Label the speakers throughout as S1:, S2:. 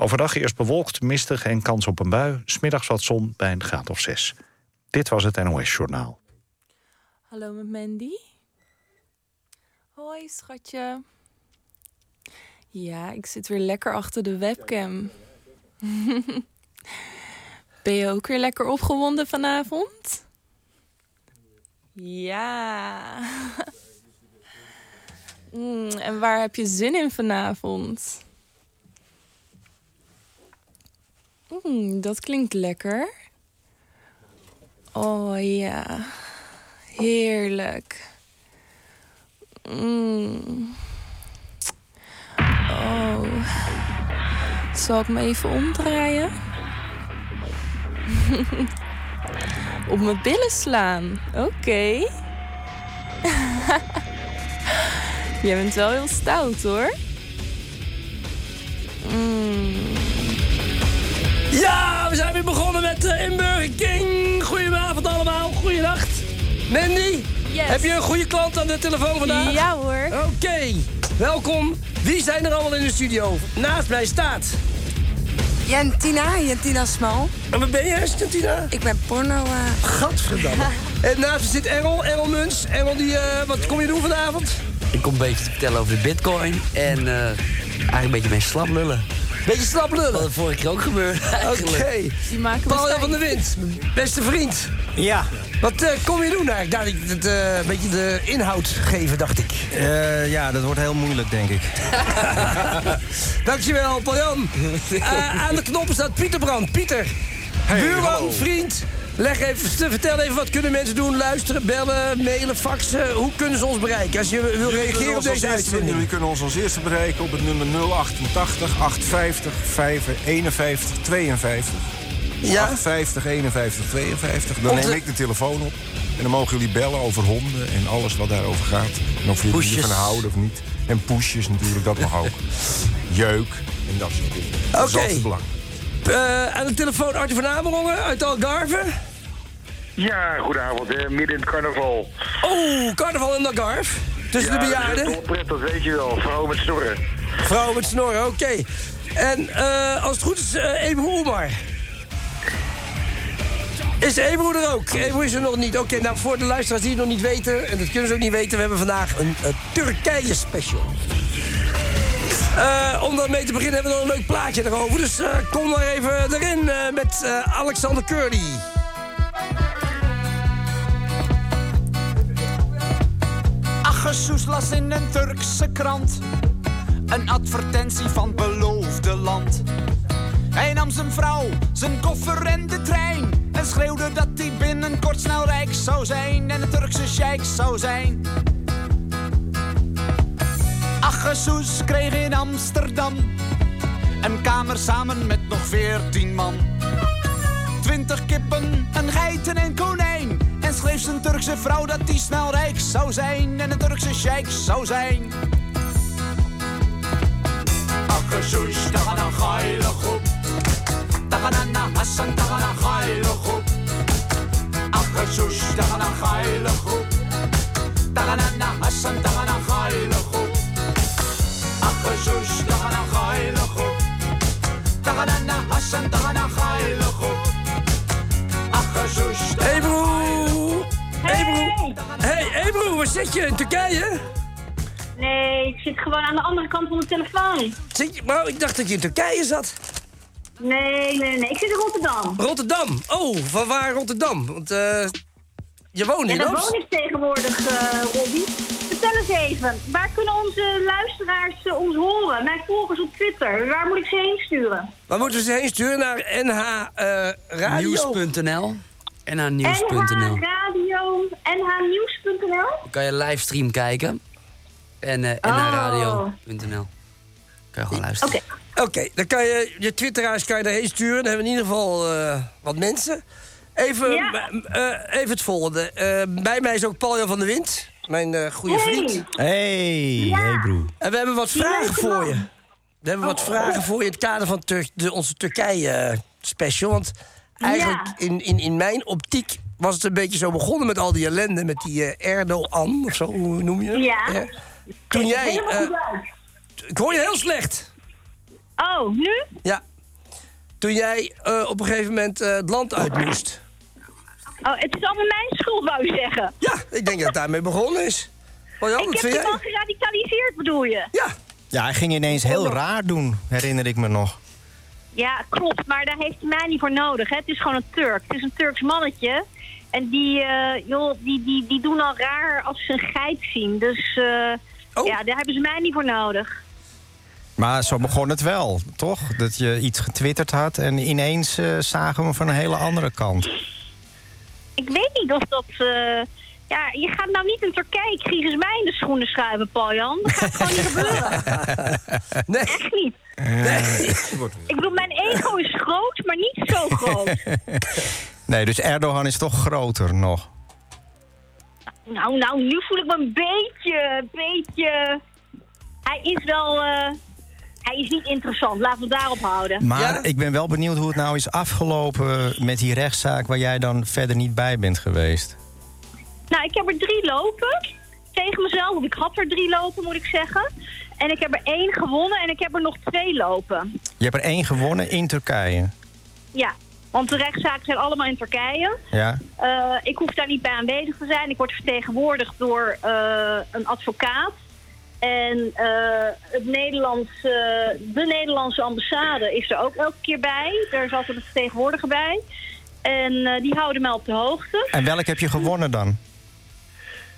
S1: Overdag eerst bewolkt, mistig en kans op een bui. Smiddags wat zon bij een graad of zes. Dit was het NOS Journaal.
S2: Hallo met Mandy. Hoi schatje. Ja, ik zit weer lekker achter de webcam. ben je ook weer lekker opgewonden vanavond? Ja. Mm, en waar heb je zin in vanavond? Mm, dat klinkt lekker. Oh ja, heerlijk. Mm. Oh, zal ik me even omdraaien? Op mijn billen slaan. Oké. Jij bent wel heel stout hoor. Mm.
S3: Ja, we zijn weer begonnen met eh, in Burger King. Goedenavond allemaal, goeienacht. Mandy,
S2: Yes.
S3: heb je een goede klant aan de telefoon vandaag?
S2: Ja hoor.
S3: Oké, welkom. Wie zijn er allemaal in de studio? Naast mij staat...
S4: Jantina, Jantina Smal.
S3: En wat ben je, Stantina?
S4: Oh. Ik ben porno. eh,
S3: Gadverdamme. en naast me zit Errol, Errol Muns. Errol, die, eh, wat kom je doen vanavond?
S5: Ik kom een beetje te vertellen over de bitcoin en eh, eigenlijk een beetje mijn slap lullen.
S3: Beetje slap
S5: Wat
S3: lullen.
S5: er vorige keer ook gebeurde
S3: Oké.
S5: eigenlijk.
S2: Die maken
S3: Paul Jan
S2: we
S3: van der Wind, beste vriend.
S6: Ja,
S3: Wat eh, kom je doen eigenlijk? Daar ik het eh, een beetje de inhoud geven, dacht ik.
S6: eh, ja, dat wordt heel moeilijk, denk ik.
S3: Dankjewel, Paljan. Eh, aan de knoppen staat Pieter Brand. Pieter, buurman, vriend. Leg even, st- vertel even wat kunnen mensen doen. Luisteren, bellen, mailen, faxen. Hoe kunnen ze ons bereiken als je wil
S7: Jullie kunnen
S3: reageren op
S7: ons als
S3: deze
S7: eerste-
S3: uitzending?
S7: Jullie kunnen ons als eerste bereiken op het nummer 088 850 51 52.
S3: Ja?
S7: 850 51 52. Dan
S3: Onze-
S7: neem ik de telefoon op. En dan mogen jullie bellen over honden en alles wat daarover gaat. En of jullie
S5: Poesjes.
S7: ervan houden of niet. En poesjes natuurlijk, dat mag ook. Jeuk en dat soort dingen. Dat is
S3: Oké.
S7: altijd belangrijk.
S3: Eh, aan de telefoon Arthur van Amerongen uit Algarve.
S8: Ja, goedenavond, hè. midden in het carnaval.
S3: Oh, carnaval in Algarve. Tussen
S8: ja,
S3: de
S8: Dat is
S3: bejaarden.
S8: wel pret, dat weet je wel. Vrouw met snorren.
S3: Vrouw met snorren, oké. En eh, als het goed is, eh Ebru Oemar. Is Ebru er ook? Ebru is er nog niet. Oké, nou voor de luisteraars die het nog niet weten, en dat kunnen ze ook niet weten, we hebben vandaag een, eh, Turkije special. Eh, om daarmee te beginnen hebben we nog een leuk plaatje erover. Dus eh, kom maar even erin eh, met eh, Alexander Curdy.
S9: Aggesoes las in een Turkse krant een advertentie van beloofde land. Hij nam zijn vrouw, zijn koffer en de trein en schreeuwde dat hij binnenkort snel rijk zou zijn en een Turkse sheik zou zijn. Aggesoes kreeg in Amsterdam een kamer samen met nog veertien man. Twintig kippen, een geiten en konijn. En schreef zijn Turkse vrouw dat die snel rijk zou zijn en een Turkse sheik zou zijn. Akkesoes, tagana gaile groep. Taganana Hassan, tagana gaile groep. Akkesoes, tagana gaile groep. Taganana Hassan, tagana gaile groep. Akkesoes, tagana gaile groep. Taganana Hassan, tagana gaile groep. Akkesoes,
S3: Ebru! Ebru! Hey Ebru, waar zit je? In Turkije?
S10: Nee, ik zit gewoon aan de andere kant van de telefoon.
S3: Zit je? Maar ik dacht dat je in Turkije zat.
S10: Nee, nee, nee. Ik zit in Rotterdam.
S3: Rotterdam. Oh, van waar Rotterdam? Want eh, je woont
S10: Ja,
S3: in
S10: daar
S3: Amsterdam.
S10: woon ik tegenwoordig, eh Robby. Vertel eens even, waar kunnen onze luisteraars eh, ons horen? Mijn volgers op Twitter, waar moet ik ze heen sturen?
S3: Waar moeten we ze heen sturen? Naar NH eh Radio.
S5: Nieuws.nl en aan nieuws.nl.
S10: NH Radio, nhnieuws.nl?
S5: Dan kan je livestream kijken en eh en naar
S10: Oh.
S5: radio.nl. Kan je gewoon luisteren.
S10: Oké.
S3: Oké, dan kan je je twitteraars kan je daarheen sturen. Dan hebben we in ieder geval eh, wat mensen. Even,
S10: Ja.
S3: m- eh, even het volgende. Eh, bij mij is ook Paul Jan van der Wind, mijn eh, goede vriend.
S10: Hey,
S6: Hey, hey broer.
S3: En we hebben wat vragen voor je. We hebben
S10: Oh.
S3: wat vragen voor je in het kader van Tur- de, onze Turkije-special. Want eigenlijk
S10: Ja.
S3: in, in, in mijn optiek was het een beetje zo begonnen met al die ellende. Met die eh, Erdogan, of zo hoe noem je het?
S10: Ja.
S3: Eh, Toen jij...
S10: helemaal
S3: eh,
S10: goed uit.
S3: ik hoor je heel slecht.
S10: Oh, nu?
S3: Ja. Toen jij eh, op een gegeven moment eh, het land uit moest.
S10: Oh, het is allemaal mijn schuld, wou je zeggen.
S3: Ja, ik denk dat het daarmee begonnen is. Marjan,
S10: ik
S3: wat
S10: heb
S3: vind
S10: je
S3: jij?
S10: al geradicaliseerd, bedoel je?
S3: Ja.
S6: Ja, hij ging ineens heel raar doen, herinner ik me nog.
S10: Ja, klopt. Maar daar heeft hij mij niet voor nodig. Hè. Het is gewoon een Turk. Het is een Turks mannetje. En die, eh, joh, die, die, die doen al raar als ze een geit zien. Dus eh,
S3: Oh.
S10: ja, daar hebben ze mij niet voor nodig.
S6: Maar zo begon het wel, toch? Dat je iets getwitterd had en ineens eh, zagen we hem van een hele andere kant.
S10: Ik weet niet of dat... eh, ja, je gaat nou niet in Turkije Griezus mij in de schoenen schuiven, Paul-Jan. Dat gaat gewoon niet gebeuren.
S3: Nee.
S10: Echt niet.
S3: nee.
S10: Ik bedoel, mijn ego is groot, maar niet zo groot.
S6: Nee, dus Erdogan is toch groter nog.
S10: Nou, nou, nu voel ik me een beetje, een beetje... Hij is wel... eh, hij is niet interessant, laten we het daarop houden.
S6: Maar
S3: Ja?
S6: ik ben wel benieuwd hoe het nou is afgelopen met die rechtszaak waar jij dan verder niet bij bent geweest.
S10: Nou, ik heb er drie lopen tegen mezelf. want Ik had er drie lopen, moet ik zeggen. En ik heb er één gewonnen en ik heb er nog twee lopen.
S6: Je hebt er één gewonnen in Turkije.
S10: Ja, want de rechtszaken zijn allemaal in Turkije.
S6: Ja?
S10: Eh, ik hoef daar niet bij aanwezig te zijn. Ik word vertegenwoordigd door eh, een advocaat. En eh, het Nederlands, eh, de Nederlandse ambassade is er ook elke keer bij. Er is altijd een vertegenwoordiger bij. En eh, die houden mij op de hoogte.
S6: En welk heb je gewonnen dan?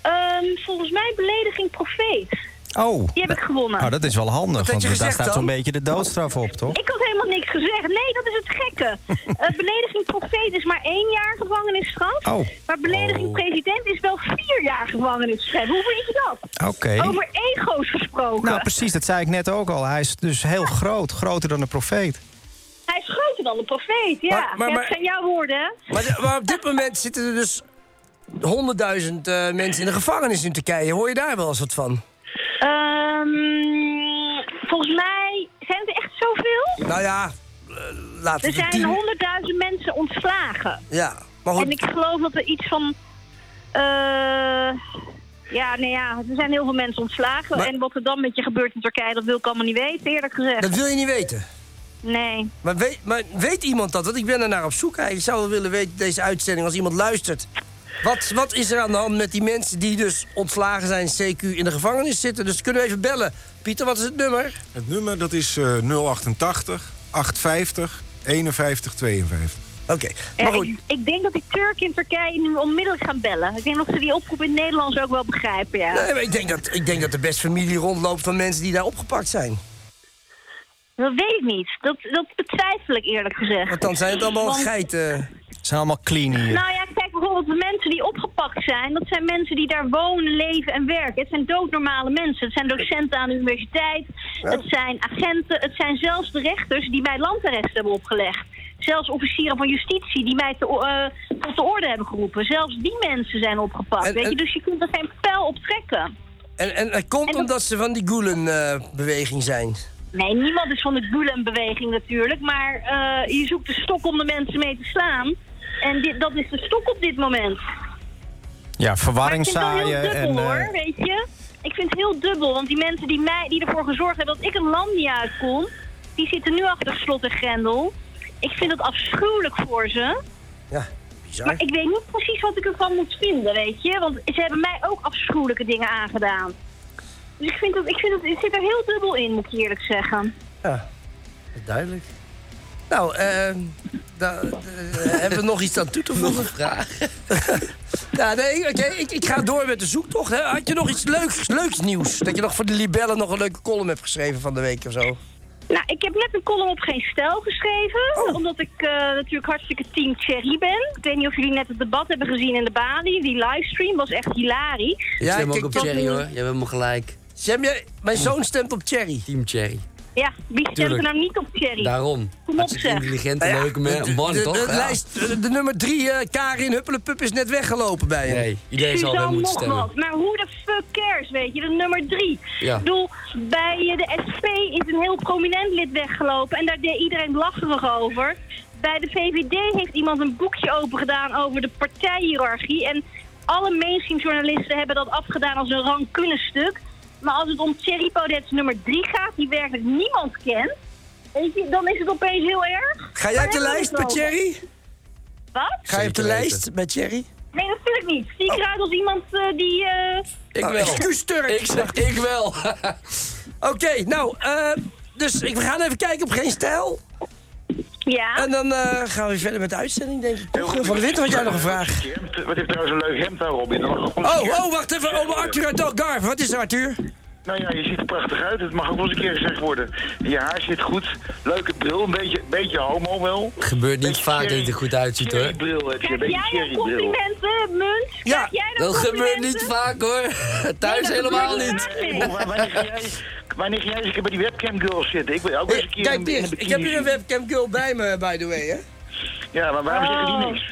S10: Ehm, volgens mij belediging profeet.
S6: Oh,
S10: Die heb ik gewonnen.
S6: nou, dat is wel handig,
S3: je
S6: want daar
S3: gezegd
S6: staat
S3: dan?
S6: zo'n beetje de doodstraf op, toch?
S10: Ik had helemaal niks gezegd. Nee, dat is het gekke. Eh, belediging profeet is maar één jaar gevangenisstraf.
S6: Oh.
S10: Maar belediging
S6: Oh.
S10: president is wel vier jaar gevangenisstraf. Hoe weet je dat?
S6: Oké.
S10: Over ego's gesproken.
S6: Nou, precies, dat zei ik net ook al. Hij is dus heel groot, groter dan de profeet.
S10: Hij is groter dan de profeet, ja.
S3: Maar- maar-
S10: Ja,
S3: maar-
S10: dat zijn jouw woorden, hè?
S3: Maar, de- maar op dit moment zitten er dus honderdduizend eh, mensen in de gevangenis in Turkije. Hoor je daar wel eens wat van?
S10: Ehm, volgens mij zijn het er echt zoveel.
S3: Nou ja, eh, laten
S10: Er
S3: we het
S10: zijn
S3: tien-
S10: honderdduizend mensen ontslagen.
S3: Ja, maar
S10: En
S3: goed.
S10: ik geloof dat er iets van... eh, ja, nee ja, er zijn heel veel mensen ontslagen.
S3: Maar-
S10: En wat er dan met je gebeurt in Turkije, dat wil ik allemaal niet weten, eerlijk gezegd.
S3: Dat wil je niet weten.
S10: Nee.
S3: Maar weet, maar weet iemand dat? Want ik ben er naar op zoek. Ik zou wel willen weten, deze uitzending, als iemand luistert. Wat, wat is er aan de hand met die mensen die dus ontslagen zijn, CQ, in de gevangenis zitten? Dus kunnen we even bellen. Pieter, wat is het nummer?
S7: Het nummer dat is eh, 088 850 51 52.
S3: Oké,
S10: Ja,
S3: maar goed.
S10: ik, ik denk dat die Turken in Turkije nu onmiddellijk gaan bellen. Ik denk dat ze die oproep in het Nederlands ook wel begrijpen, ja.
S3: Nee, maar ik, denk dat, ik denk dat er best familie rondloopt van mensen die daar opgepakt zijn.
S10: Dat weet ik niet. Dat, dat betwijfel ik eerlijk gezegd.
S3: Want dan zijn het allemaal
S10: Want-
S3: geiten.
S6: Het zijn allemaal clean hier.
S10: Nou ja, kijk bijvoorbeeld de mensen die opgepakt zijn. Dat zijn mensen die daar wonen, leven en werken. Het zijn doodnormale mensen. Het zijn docenten aan de universiteit. Het zijn agenten. Het zijn zelfs de rechters die mij landarrest hebben opgelegd. Zelfs officieren van justitie die mij te, o- eh, tot de orde hebben geroepen. Zelfs die mensen zijn opgepakt.
S3: En-
S10: weet je?
S3: en-
S10: Dus je kunt er geen pijl op trekken.
S3: En, en dat komt
S10: En dat-
S3: omdat ze van die Gulen-beweging zijn.
S10: Nee, niemand is van de Gulen-beweging natuurlijk. Maar eh, je zoekt de stok om de mensen mee te slaan. En dit, dat is de stok op dit moment.
S6: Ja,
S10: Maar ik
S6: verwarring
S10: vind het wel heel
S6: zaaien. En,
S10: dubbel hoor,
S6: eh,
S10: weet je. Ik vind het heel dubbel, want die mensen die, mij, die ervoor gezorgd hebben dat ik een land niet uitkom... die zitten nu achter slot en grendel. Ik vind het afschuwelijk voor ze.
S3: Ja, bizar.
S10: Maar ik weet niet precies wat ik ervan moet vinden, weet je. Want ze hebben mij ook afschuwelijke dingen aangedaan. Dus ik, vind dat, ik, vind dat, ik zit er heel dubbel in, moet ik eerlijk zeggen.
S3: Ja, duidelijk. Nou, eh, da- eh, hebben we nog iets aan toe te voegen? vraag? ja, nee, oké, ik, ik ga door met de zoektocht. Hè. Had je nog iets leuks, leuks nieuws? Dat je nog voor de libellen nog een leuke column hebt geschreven van de week of zo?
S10: Nou, ik heb net een column op geen stijl geschreven.
S5: Oh.
S10: Omdat ik eh, natuurlijk hartstikke team Thierry ben. Ik weet niet of jullie net het debat hebben gezien in de Bali. Die livestream was echt hilarisch.
S5: Ja, ik stem
S3: kijk,
S5: ook op
S3: dat-
S5: Cherry hoor. Je hebt helemaal gelijk.
S3: Sam, jij, mijn zoon stemt op Thierry.
S5: Team Cherry.
S10: Ja, wie stemt er
S5: Tuurlijk.
S10: nou niet op Thierry?
S5: Daarom.
S10: Kom op,
S5: Dat is een
S10: zeg.
S5: intelligente,
S3: Nou ja,
S5: leuke man,
S3: de-
S5: man
S3: de,
S5: toch?
S3: De,
S5: Ja.
S3: lijst, de, de nummer drie, eh, Karin Huppelepup, is net weggelopen bij hem.
S5: Nee, iedereen zal wel
S10: Suzanne
S5: moeten
S10: nog
S5: stemmen.
S10: wat. Maar hoe de fuck cares, weet je? De nummer drie.
S5: Ja.
S10: Ik bedoel, bij eh, de SP is een heel prominent lid weggelopen. En daar deed iedereen lacherig over. Bij de VVD heeft iemand een boekje opengedaan over de partijhiërarchie. En alle mainstream journalisten hebben dat afgedaan als een rancunestuk. Maar als het om Thierry Paudet's nummer drie gaat, die werkelijk niemand kent... Weet je, dan is het opeens heel erg.
S3: Ga
S10: Maar
S3: jij op de
S10: daar
S3: lijst
S10: wil ik
S3: met
S10: wel.
S3: Thierry?
S10: Wat?
S3: Ga je op de
S5: Zeker
S3: lijst met Thierry?
S10: Nee, natuurlijk niet. Zie ik eruit als iemand eh, die... eh,
S5: Oh. Ik
S3: Oh,
S5: wel.
S3: Excuus Turk.
S5: Ik zeg ik wel.
S3: Oké, nou, eh, dus ik, we gaan even kijken op geen stijl.
S10: Ja.
S3: En dan eh, gaan we weer verder met de uitzending, denk ik. Toch? Van de Winter had jij nog een vraag.
S8: Die hemd- Wat heeft trouwens een leuk hemd aan, Robin?
S3: Oh, oh, wacht even. Oma Arthur uit Algarve. Wat is er, Arthur?
S8: Nou ja, je ziet er prachtig uit. Het mag ook wel eens een keer gezegd worden. Je haar zit goed. Leuke bril. Een beetje, beetje homo wel.
S5: Gebeurt niet
S8: Beetje
S5: vaak dat
S8: cherry-
S5: het er goed uitziet hoor.
S8: Cherrybril heb je. Een
S10: Krijg
S8: beetje
S10: jij nou
S8: cherrybril.
S10: complimenten, munt?
S3: Ja,
S10: Krijg jij nou
S5: Dat gebeurt
S10: complimenten?
S5: niet vaak hoor. Thuis
S10: dat
S5: helemaal
S10: gebeurt
S5: niet.
S10: vaak niet.
S8: Hoe- waar- Wanneer ga jij- wanneer ga jij eens een keer bij die webcam girls zitten? Ik wil ook eens een keer
S3: Eh, Kijk,
S8: in- in
S3: dit. Ik heb
S8: bikini
S3: hier een
S8: zien.
S3: webcam girl bij me, by the way, hè?
S8: Ja, maar waarom zeggen die
S10: Oh.
S8: niks?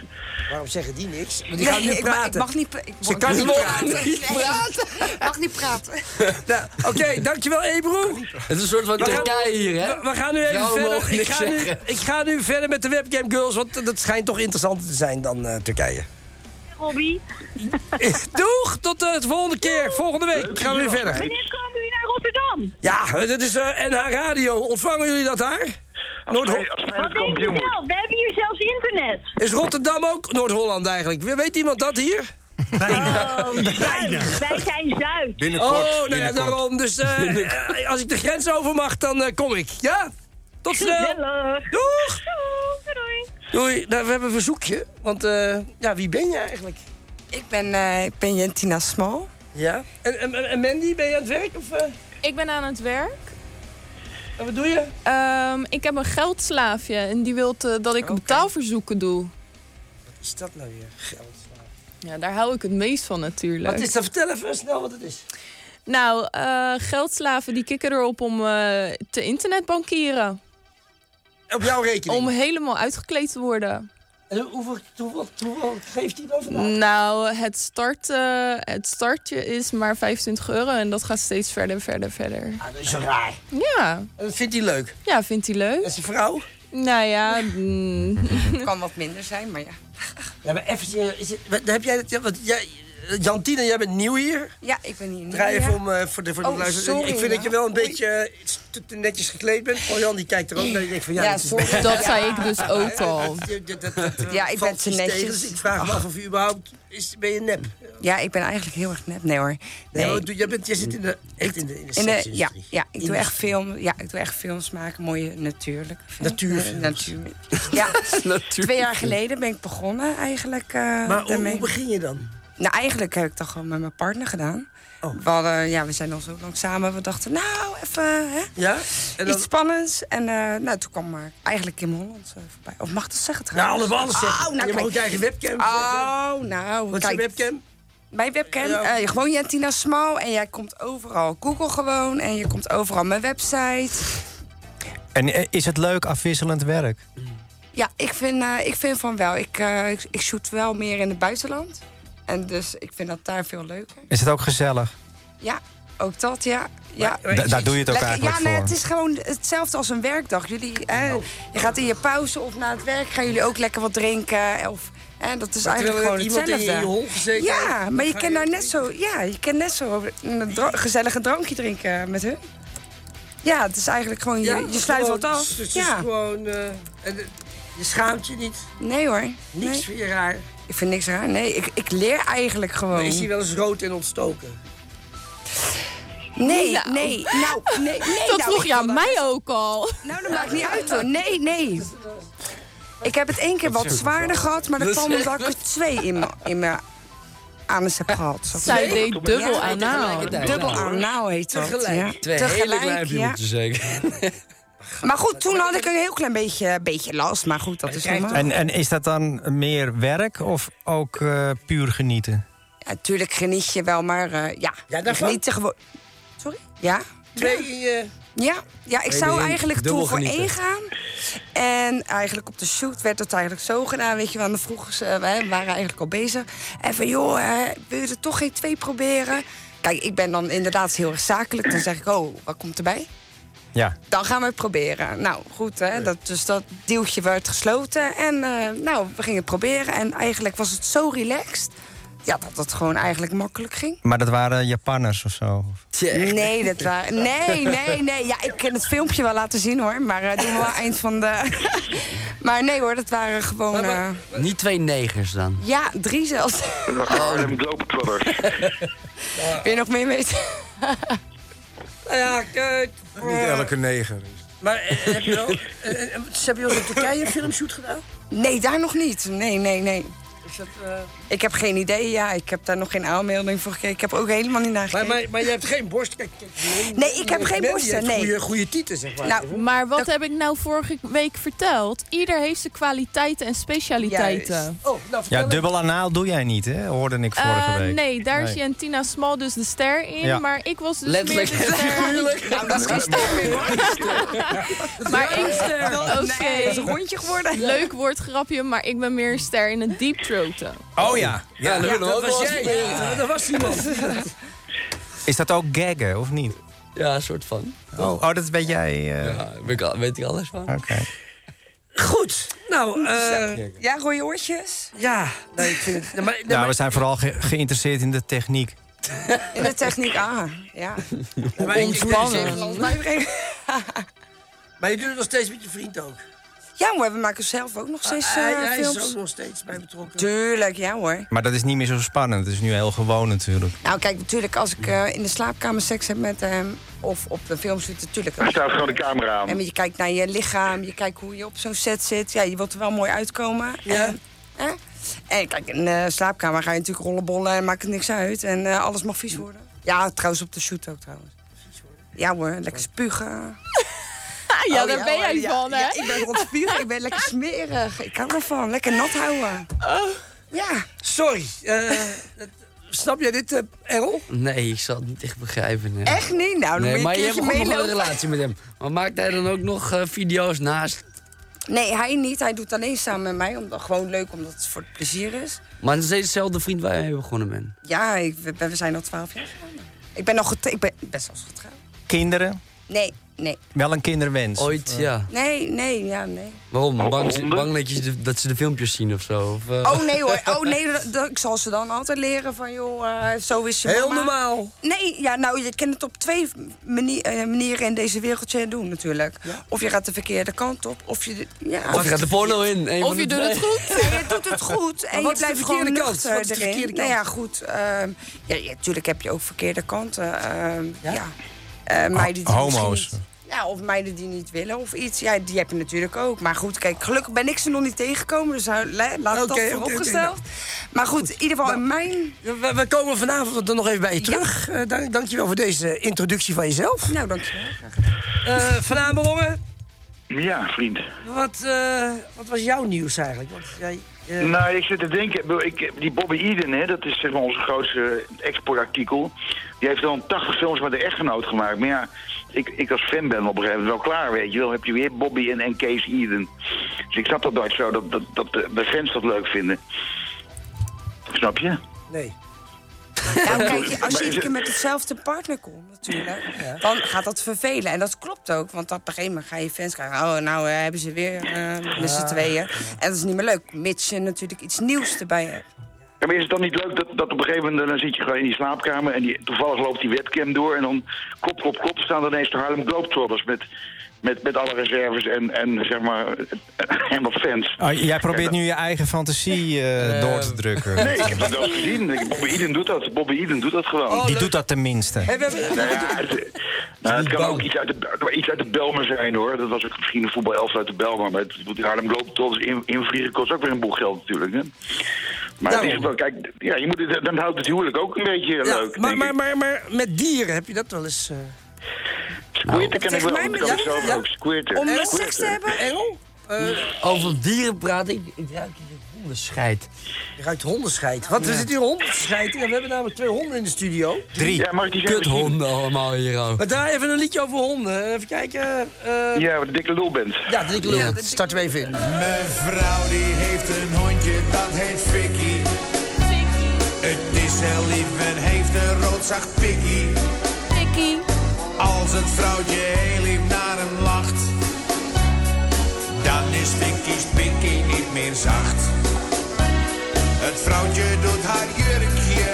S3: Waarom zeggen die niks? Want die gaan
S4: Nee,
S3: nu
S4: ik, ma- ik
S3: praten.
S4: mag niet, pra- ik
S3: Ze
S4: mag
S3: kan
S4: niet
S3: niet
S4: praten.
S5: niet
S4: Nee, ik mag niet praten.
S3: Nou, Oké, dankjewel, Ebro.
S5: Het is een soort van
S3: gaan-
S5: Turkije hier hè.
S3: We, we gaan nu even
S5: Vrouwen mogen
S3: verder. Ik
S5: niks
S3: ga, nu,
S5: zeggen.
S3: ik ga nu verder met de webcam girls, want dat schijnt toch interessanter te zijn dan eh, Turkije.
S10: Robbie.
S3: Doeg, tot eh, de volgende keer. Volgende week gaan we weer verder.
S10: Wanneer komen jullie naar Rotterdam?
S3: Ja, dat is eh, NH Radio. Ontvangen jullie dat daar?
S8: Als
S3: Noord
S8: wij- als wij
S10: Wat
S8: het
S10: denk je
S8: kampioen worden.
S10: zelf? We hebben hier zelfs internet.
S3: is Rotterdam ook Noord-Holland eigenlijk? We- Weet iemand dat hier?
S10: Oh, Zuid. Wij zijn Zuid.
S7: Binnenkort.
S3: Oh, nou ja,
S7: binnenkort.
S3: daarom. Dus eh, eh, als ik de grens over mag, dan eh, kom ik. Ja? Tot snel.
S10: Gezellig.
S3: Doeg!
S10: Doei, doei.
S3: Doei, nou, we hebben een verzoekje. Want eh, ja, wie ben je eigenlijk?
S4: Ik ben, eh, ik ben Jentina Smal.
S3: Ja. En, en, en Mandy, ben je aan het werk? Of eh,
S2: Ik ben aan het werk.
S3: wat doe je?
S2: Ehm, ik heb een geldslaafje en die wil eh, dat ik
S3: Oké.
S2: betaalverzoeken doe.
S3: Wat is dat nou weer? Geld.
S2: Ja, daar hou ik het meest van natuurlijk.
S3: Wat is dat? Vertel even snel wat het is.
S2: Nou, eh, geldslaven die kikken erop om eh, te internetbankieren.
S3: Op jouw rekening.
S2: Om helemaal uitgekleed te worden.
S3: En hoeveel, hoeveel, hoeveel geeft hij dan vandaag?
S2: Nou, het, start, eh, het startje is maar 25 euro en dat gaat steeds verder, verder, verder.
S3: Ah, dat is raar.
S2: Ja,
S3: En dat vindt hij leuk.
S2: ja vindt hij leuk?
S3: En zijn vrouw?
S2: Nou ja, mm,
S4: Het kan wat minder zijn, maar ja.
S3: Ja, maar even serieus, is het- wat- heb jij dat? ja, Want jij, Jantine, jij bent nieuw hier.
S4: Ja, ik ben hier niet.
S3: Draai even
S4: ja.
S3: om eh, voor de, voor de
S4: Oh,
S3: luisteraars.
S4: sorry,
S3: ik vind dat je wel een
S4: ja.
S3: beetje eh, iets te- te netjes gekleed bent. Oh, Jan die kijkt er ook naar. Die denkt van ja,
S4: Ja,
S3: dat is-
S4: sorry.
S2: dat zei ik dus ook al.
S3: Dat- dat- dat- dat, eh,
S4: Ja, ik
S3: valt
S4: ben te
S3: iets
S4: netjes.
S3: tegen, dus ik vraag me af of je überhaupt... Is, ben je nep?
S4: Ja, ik ben eigenlijk heel erg net. Nee hoor.
S3: Nee,
S4: Nee.
S3: maar doe- jij, bent, jij zit in de, echt in de, in de
S4: In de,
S3: seksindustrie.
S4: ja, ja, ik doe echt
S3: Industrie.
S4: film, ja, ik doe echt films maken. Mooie natuurlijke films.
S3: Natuurfilms.
S4: Natuur, ja, twee jaar geleden ben ik begonnen eigenlijk eh,
S3: Maar hoe,
S4: daarmee.
S3: hoe begin je dan?
S4: Nou, eigenlijk heb ik dat gewoon met mijn partner gedaan.
S3: Oh.
S4: We, hadden, ja, we zijn al zo lang samen. We dachten, nou, even hè,
S3: Ja? En dan,
S4: iets spannends. En eh, nou, toen kwam maar eigenlijk Kim Holland eh, voorbij. Of mag ik dat zeggen
S3: nou,
S4: trouwens?
S3: alles alles zeggen.
S4: Oh, nou,
S3: je mag
S4: kijk.
S3: ook je eigen webcam zeggen.
S4: Oh, nou,
S3: Wat is je
S4: kijk,
S3: webcam?
S4: mijn webcam,
S3: Ja.
S4: eh, gewoon Jentina Smal. En jij komt overal. Google gewoon. En je komt overal mijn website.
S6: En eh, is het leuk afwisselend werk?
S4: Ja, ik vind, eh, ik vind van wel. Ik, eh, ik, ik shoot wel meer in het buitenland. En dus ik vind dat daar veel leuker.
S6: Is het ook gezellig?
S4: Ja, ook dat, ja. ja.
S6: Da- daar doe je het ook
S4: Lekker-
S6: eigenlijk
S4: ja, nee,
S6: voor.
S4: het is gewoon hetzelfde als een werkdag. Jullie, eh,
S3: Nou.
S4: je gaat in je pauze of na het werk gaan jullie ook lekker wat drinken. Of, eh, dat is
S3: Terwijl
S4: eigenlijk gewoon
S3: er iemand in je, in je
S4: hetzelfde.
S3: hol gezeten heeft,
S4: Ja,
S3: dan
S4: maar je
S3: ga
S4: kan daar net zo, ja, je kan net zo een dra- gezellige drankje drinken eh, met hun. Ja, het is eigenlijk gewoon, je,
S3: Ja,
S4: je sluit
S3: gewoon, dus-
S4: wat af.
S3: Het is
S4: Ja,
S3: gewoon... eh, en, eh, je schaamt je niet.
S4: nee hoor.
S3: Niks
S4: Nee.
S3: vind je raar.
S4: Ik vind niks raar. Nee, ik, ik leer eigenlijk
S3: Maar
S4: gewoon.
S3: Is hij wel eens rood en ontstoken?
S4: Nee,
S2: Nou.
S4: nee, nou, nee, nee.
S2: dat
S4: nou,
S2: vroeg
S4: ik
S2: je
S4: vond
S2: aan
S4: dat-
S2: mij ook al.
S4: Nou, dat maakt niet uit hoor. Nee, nee. Ik heb het één keer wat zwaarder gehad, maar dat kwam omdat ik er twee in mijn- in mijn anus heb gehad. Zo.
S2: Zij deed dubbel aan
S4: Dubbel anaal heet dat. Ja.
S5: Twee hele kleine
S4: ja.
S5: bloemetjes zeker.
S4: Maar goed, toen had ik een heel klein beetje, beetje last. Maar goed, dat is normaal.
S6: En, en is dat dan meer werk of ook eh, puur genieten?
S4: Natuurlijk geniet je wel, maar eh, ja.
S3: Ja, daarvan?
S4: geniet er gewoon. Sorry? Ja?
S3: Twee in je...
S4: Ja, ja ik
S5: Tweede
S4: zou
S5: hint,
S4: eigenlijk
S5: dubbel
S4: toen voor
S5: genieten.
S4: één gaan. En eigenlijk op de shoot werd het eigenlijk zo gedaan. Weet je wel, en dan vroegen ze, eh, we waren eigenlijk al bezig. En van, joh, hè, wil je er toch geen twee proberen? Kijk, ik ben dan inderdaad heel erg zakelijk. Dan zeg ik, oh, wat komt erbij?
S6: Ja.
S4: Dan gaan we het proberen. Nou, goed, hè, dat, dus dat deeltje werd gesloten. En eh, nou, we gingen het proberen. En eigenlijk was het zo relaxed. Ja, dat het gewoon eigenlijk makkelijk ging.
S6: Maar dat waren Japanners of zo?
S4: Nee, dat waren. Nee, nee, nee. Ja, ik kan het filmpje wel laten zien hoor. Maar eh, doen we wel eind van de. maar nee hoor, dat waren gewoon. eh,
S5: Niet twee negers dan. Oh.
S4: ja, drie zelfs.
S8: Harlem Globetrotters.
S4: Wil je nog meer weten?
S3: Nou Ja, kijk.
S7: Niet elke neger.
S3: Maar eh, heb je wel... eh, eh, Ze hebben jullie in Turkije een filmshoot gedaan?
S4: Nee, daar nog niet. Nee, nee, nee.
S3: Is dat, eh,
S4: Ik heb geen idee. Ja, ik heb daar nog geen aanmelding voor gekeken. Ik heb ook helemaal niet naar
S3: maar,
S4: gekeken.
S3: maar, maar je hebt geen borst. Kijk, kijk,
S4: Nee, ik heb geen
S3: Mandy
S4: borsten,
S3: heeft
S4: nee.
S3: Goede, goede tieten, zeg maar.
S4: Nou,
S2: Maar wat heb ik nou vorige week verteld? Ieder heeft zijn kwaliteiten en specialiteiten.
S4: Juist.
S3: oh, nou, vertel
S6: Ja,
S3: het.
S6: dubbel anaal doe jij niet, hè? hoorde ik vorige
S2: Eh,
S6: week.
S2: nee, daar is
S6: Nee.
S2: Jentina Smal dus de ster in.
S6: Ja.
S2: Maar ik was dus
S5: Letterlijk
S2: meer de ster.
S4: nou, dat is geen stem meer hoor.
S2: Maar ik Oké.
S4: Nee, dat is een rondje geworden.
S2: Leuk woordgrapje, maar ik ben meer een ster in het deep throaten.
S6: Oh ja.
S5: Ja, dat willen we ook
S3: Dat was
S5: wel.
S3: jij. Ja, dat was iemand.
S6: Is dat ook gaggen of niet?
S5: Ja, een soort van.
S6: Oh, oh dat ben jij. eh,
S5: Ja, daar weet ik al- weet ik alles van.
S6: Oké.
S3: Goed. Nou, eh
S4: Ja, rode oortjes.
S3: ja. Nee, ik vind het... nee, maar, nee,
S6: Ja,
S3: maar-
S6: we zijn vooral ge- geïnteresseerd in de techniek.
S4: In de techniek. Ah, ja.
S3: maar ik- ik-
S2: Ontspannen.
S3: Maar je doet het nog steeds met je vriend ook.
S4: Ja hoor, we maken zelf ook nog steeds
S3: hij,
S4: eh,
S3: hij Ah, is
S4: films.
S3: ook nog steeds bij betrokken.
S4: Tuurlijk, ja hoor.
S6: Maar dat is niet meer zo spannend. Het is nu heel gewoon natuurlijk.
S4: Nou, kijk, natuurlijk, als ik eh, in de slaapkamer seks heb met hem. of op de film zit, natuurlijk.
S8: Daar staat gewoon de camera aan.
S4: En je kijkt naar je lichaam, je kijkt hoe je op zo'n set zit. Ja, je wilt er wel mooi uitkomen.
S3: Ja.
S4: En, hè? en kijk, in de slaapkamer ga je natuurlijk rollenbollen en maakt het niks uit. En eh, alles mag vies worden. Ja, trouwens, op de shoot ook trouwens. Ja hoor, lekker spugen.
S2: ja,
S4: Oh,
S2: daar ben jij
S4: hoor, ja.
S2: van, hè?
S4: Ja, ik ben rond spugen, ik ben lekker smerig. Ik hou ervan, lekker nat houden.
S5: Ah.
S4: Ja.
S3: Sorry. eh, dat- snap jij dit, eh, Errol?
S5: Nee, ik zal het niet echt begrijpen. hè.
S4: Echt niet? Nou, dan
S5: Nee,
S4: moet
S5: maar
S4: je
S5: je
S4: een
S5: hebt
S4: keertje
S5: gewoon nog wel een
S4: meelopen.
S5: relatie met hem. Maar maakt hij dan ook nog eh, video's naast?
S4: Nee, hij niet. Hij doet alleen samen met mij. Omdat, gewoon leuk, omdat het voor het plezier is.
S5: Maar het is steeds dezelfde vriend waar je mee begonnen bent.
S4: Ja, ik, we, we zijn al twaalf jaar samen. Ik ben nog getrouwd. Ik ben best wel eens getrouwd.
S6: Kinderen?
S4: Nee, nee.
S6: Wel een kinderwens. eh?
S5: Ooit, ja.
S4: Nee, nee, ja, nee.
S5: Waarom? Bang,
S8: honden?
S5: bang dat, je de- dat ze de filmpjes zien of zo? Of, eh,
S4: Oh nee hoor. Oh nee, dat, dat- ik zal ze dan altijd leren van joh, eh, zo is je
S3: Heel
S4: mama.
S3: normaal.
S4: Nee, ja, nou je kan het op twee manie- eh, manieren in deze wereldje doen natuurlijk. Of je gaat de verkeerde kant op, of je... Ja.
S5: Of je gaat de porno in. een van
S2: Of
S5: de
S2: je doet
S5: twee.
S2: het goed.
S4: En je doet het goed
S3: wat
S4: en je
S3: is de
S4: blijft
S3: verkeerde
S4: gewoon
S3: kant?
S4: nuchter
S3: Wat is de
S4: erin.
S3: verkeerde
S4: Nou
S3: kant?
S4: ja, goed. ehm, ja, ja, tuurlijk heb je ook verkeerde kanten. ehm, ja. Eh, meiden die
S6: Ho-
S4: misschien
S6: homo's.
S4: niet- Ja, of meiden die niet willen of iets. Ja, die heb je natuurlijk ook. Maar goed, kijk, gelukkig ben ik ze nog niet tegengekomen. Dus hou- la- laat
S3: Oké,
S4: dat
S3: oké, nou.
S4: vooropgesteld. maar goed, in ieder geval in mijn...
S3: We, we komen vanavond dan nog even bij je terug. Eh, dank, dankjewel voor deze introductie van jezelf.
S4: Nou, dankjewel.
S3: Eh Van Amerongen,
S8: Ja, vriend.
S3: wat, eh, wat was jouw nieuws eigenlijk? Want jij, eh,
S8: Nou, ik zit te denken, ik bedoel, ik, die Bobby Eden, hè, dat is zeg maar onze grootste exportartikel. Die heeft dan 80 films met de echtgenoot gemaakt. Maar ja, ik, ik als fan ben op een gegeven moment wel klaar, weet je wel. heb je weer Bobby en, en Kees Eden. Dus ik snap dat nooit zo, dat, dat, dat de, de fans dat leuk vinden. Snap je?
S3: nee.
S4: Nou, kijk,
S8: Maar
S4: als je
S8: is
S4: iedere keer
S8: het-
S4: met hetzelfde partner komt, natuurlijk, dan gaat dat vervelen. En dat klopt ook, want op een gegeven moment ga je fans krijgen. Oh, nou eh, hebben ze weer eh met z'n tweeën. En dat is niet meer leuk, mits je natuurlijk iets nieuws erbij hebt.
S8: Ja, maar is het dan niet leuk dat, dat op een gegeven moment dan zit je gewoon in die slaapkamer en die, toevallig loopt die webcam door en dan kop, kop, kop staan er ineens de Harlem Globetrotters met, met, met alle reserves en, en zeg maar en wat fans.
S6: Oh, jij probeert nu je eigen fantasie eh, door te drukken.
S8: Nee, ik heb dat wel gezien. Ik- Bobby Eden doet dat. Bobby Eden doet dat gewoon.
S6: Die doet dat tenminste.
S3: Oh, Hey, we hebben,
S8: Nou ja, het, nou, het kan ook iets uit, de, het kan iets uit de Belmer zijn hoor. Dat was ook misschien een voetbalelf uit de Belmer. Maar het, die Haarlem loopt tot in, invliegen kost ook weer een boel geld natuurlijk. Hè? Maar het is wel, kijk, ja, je moet, dan houdt het huwelijk ook een beetje
S3: ja,
S8: leuk.
S3: maar,
S8: denk
S3: maar,
S8: ik.
S3: maar, maar met dieren heb je dat wel eens... eh
S8: Squirten kan ik
S4: Zeg
S8: wel,
S4: mij
S8: ik
S4: maar,
S8: kan ik
S4: ja,
S8: zelf
S4: ja.
S8: ook squirten.
S4: Om nog
S8: Squirten.
S4: seks te hebben?
S3: Engel? Eh,
S5: Over dieren praten, ik, ik ruik hier hondenscheid.
S3: Je ruikt hondenscheid. Wat, we zitten hier hondenscheid. Ja, we hebben namelijk twee honden in de studio.
S6: Drie.
S8: Ja, mag ik die zeggen?
S5: Kuthonden allemaal Oh, hier ook.
S3: Maar daar even een liedje over honden. Even kijken. eh,
S8: Ja, wat een dikke lul bent.
S3: ja, drie kleur. Start hem even in.
S11: Mevrouw die heeft een hondje, dat heet Vicky. Het is heel lief en heeft een roodzacht pikkie. Als het vrouwtje heel lief naar hem lacht. Dan is Vicky's pikkie niet meer zacht. Het vrouwtje doet haar jurkje.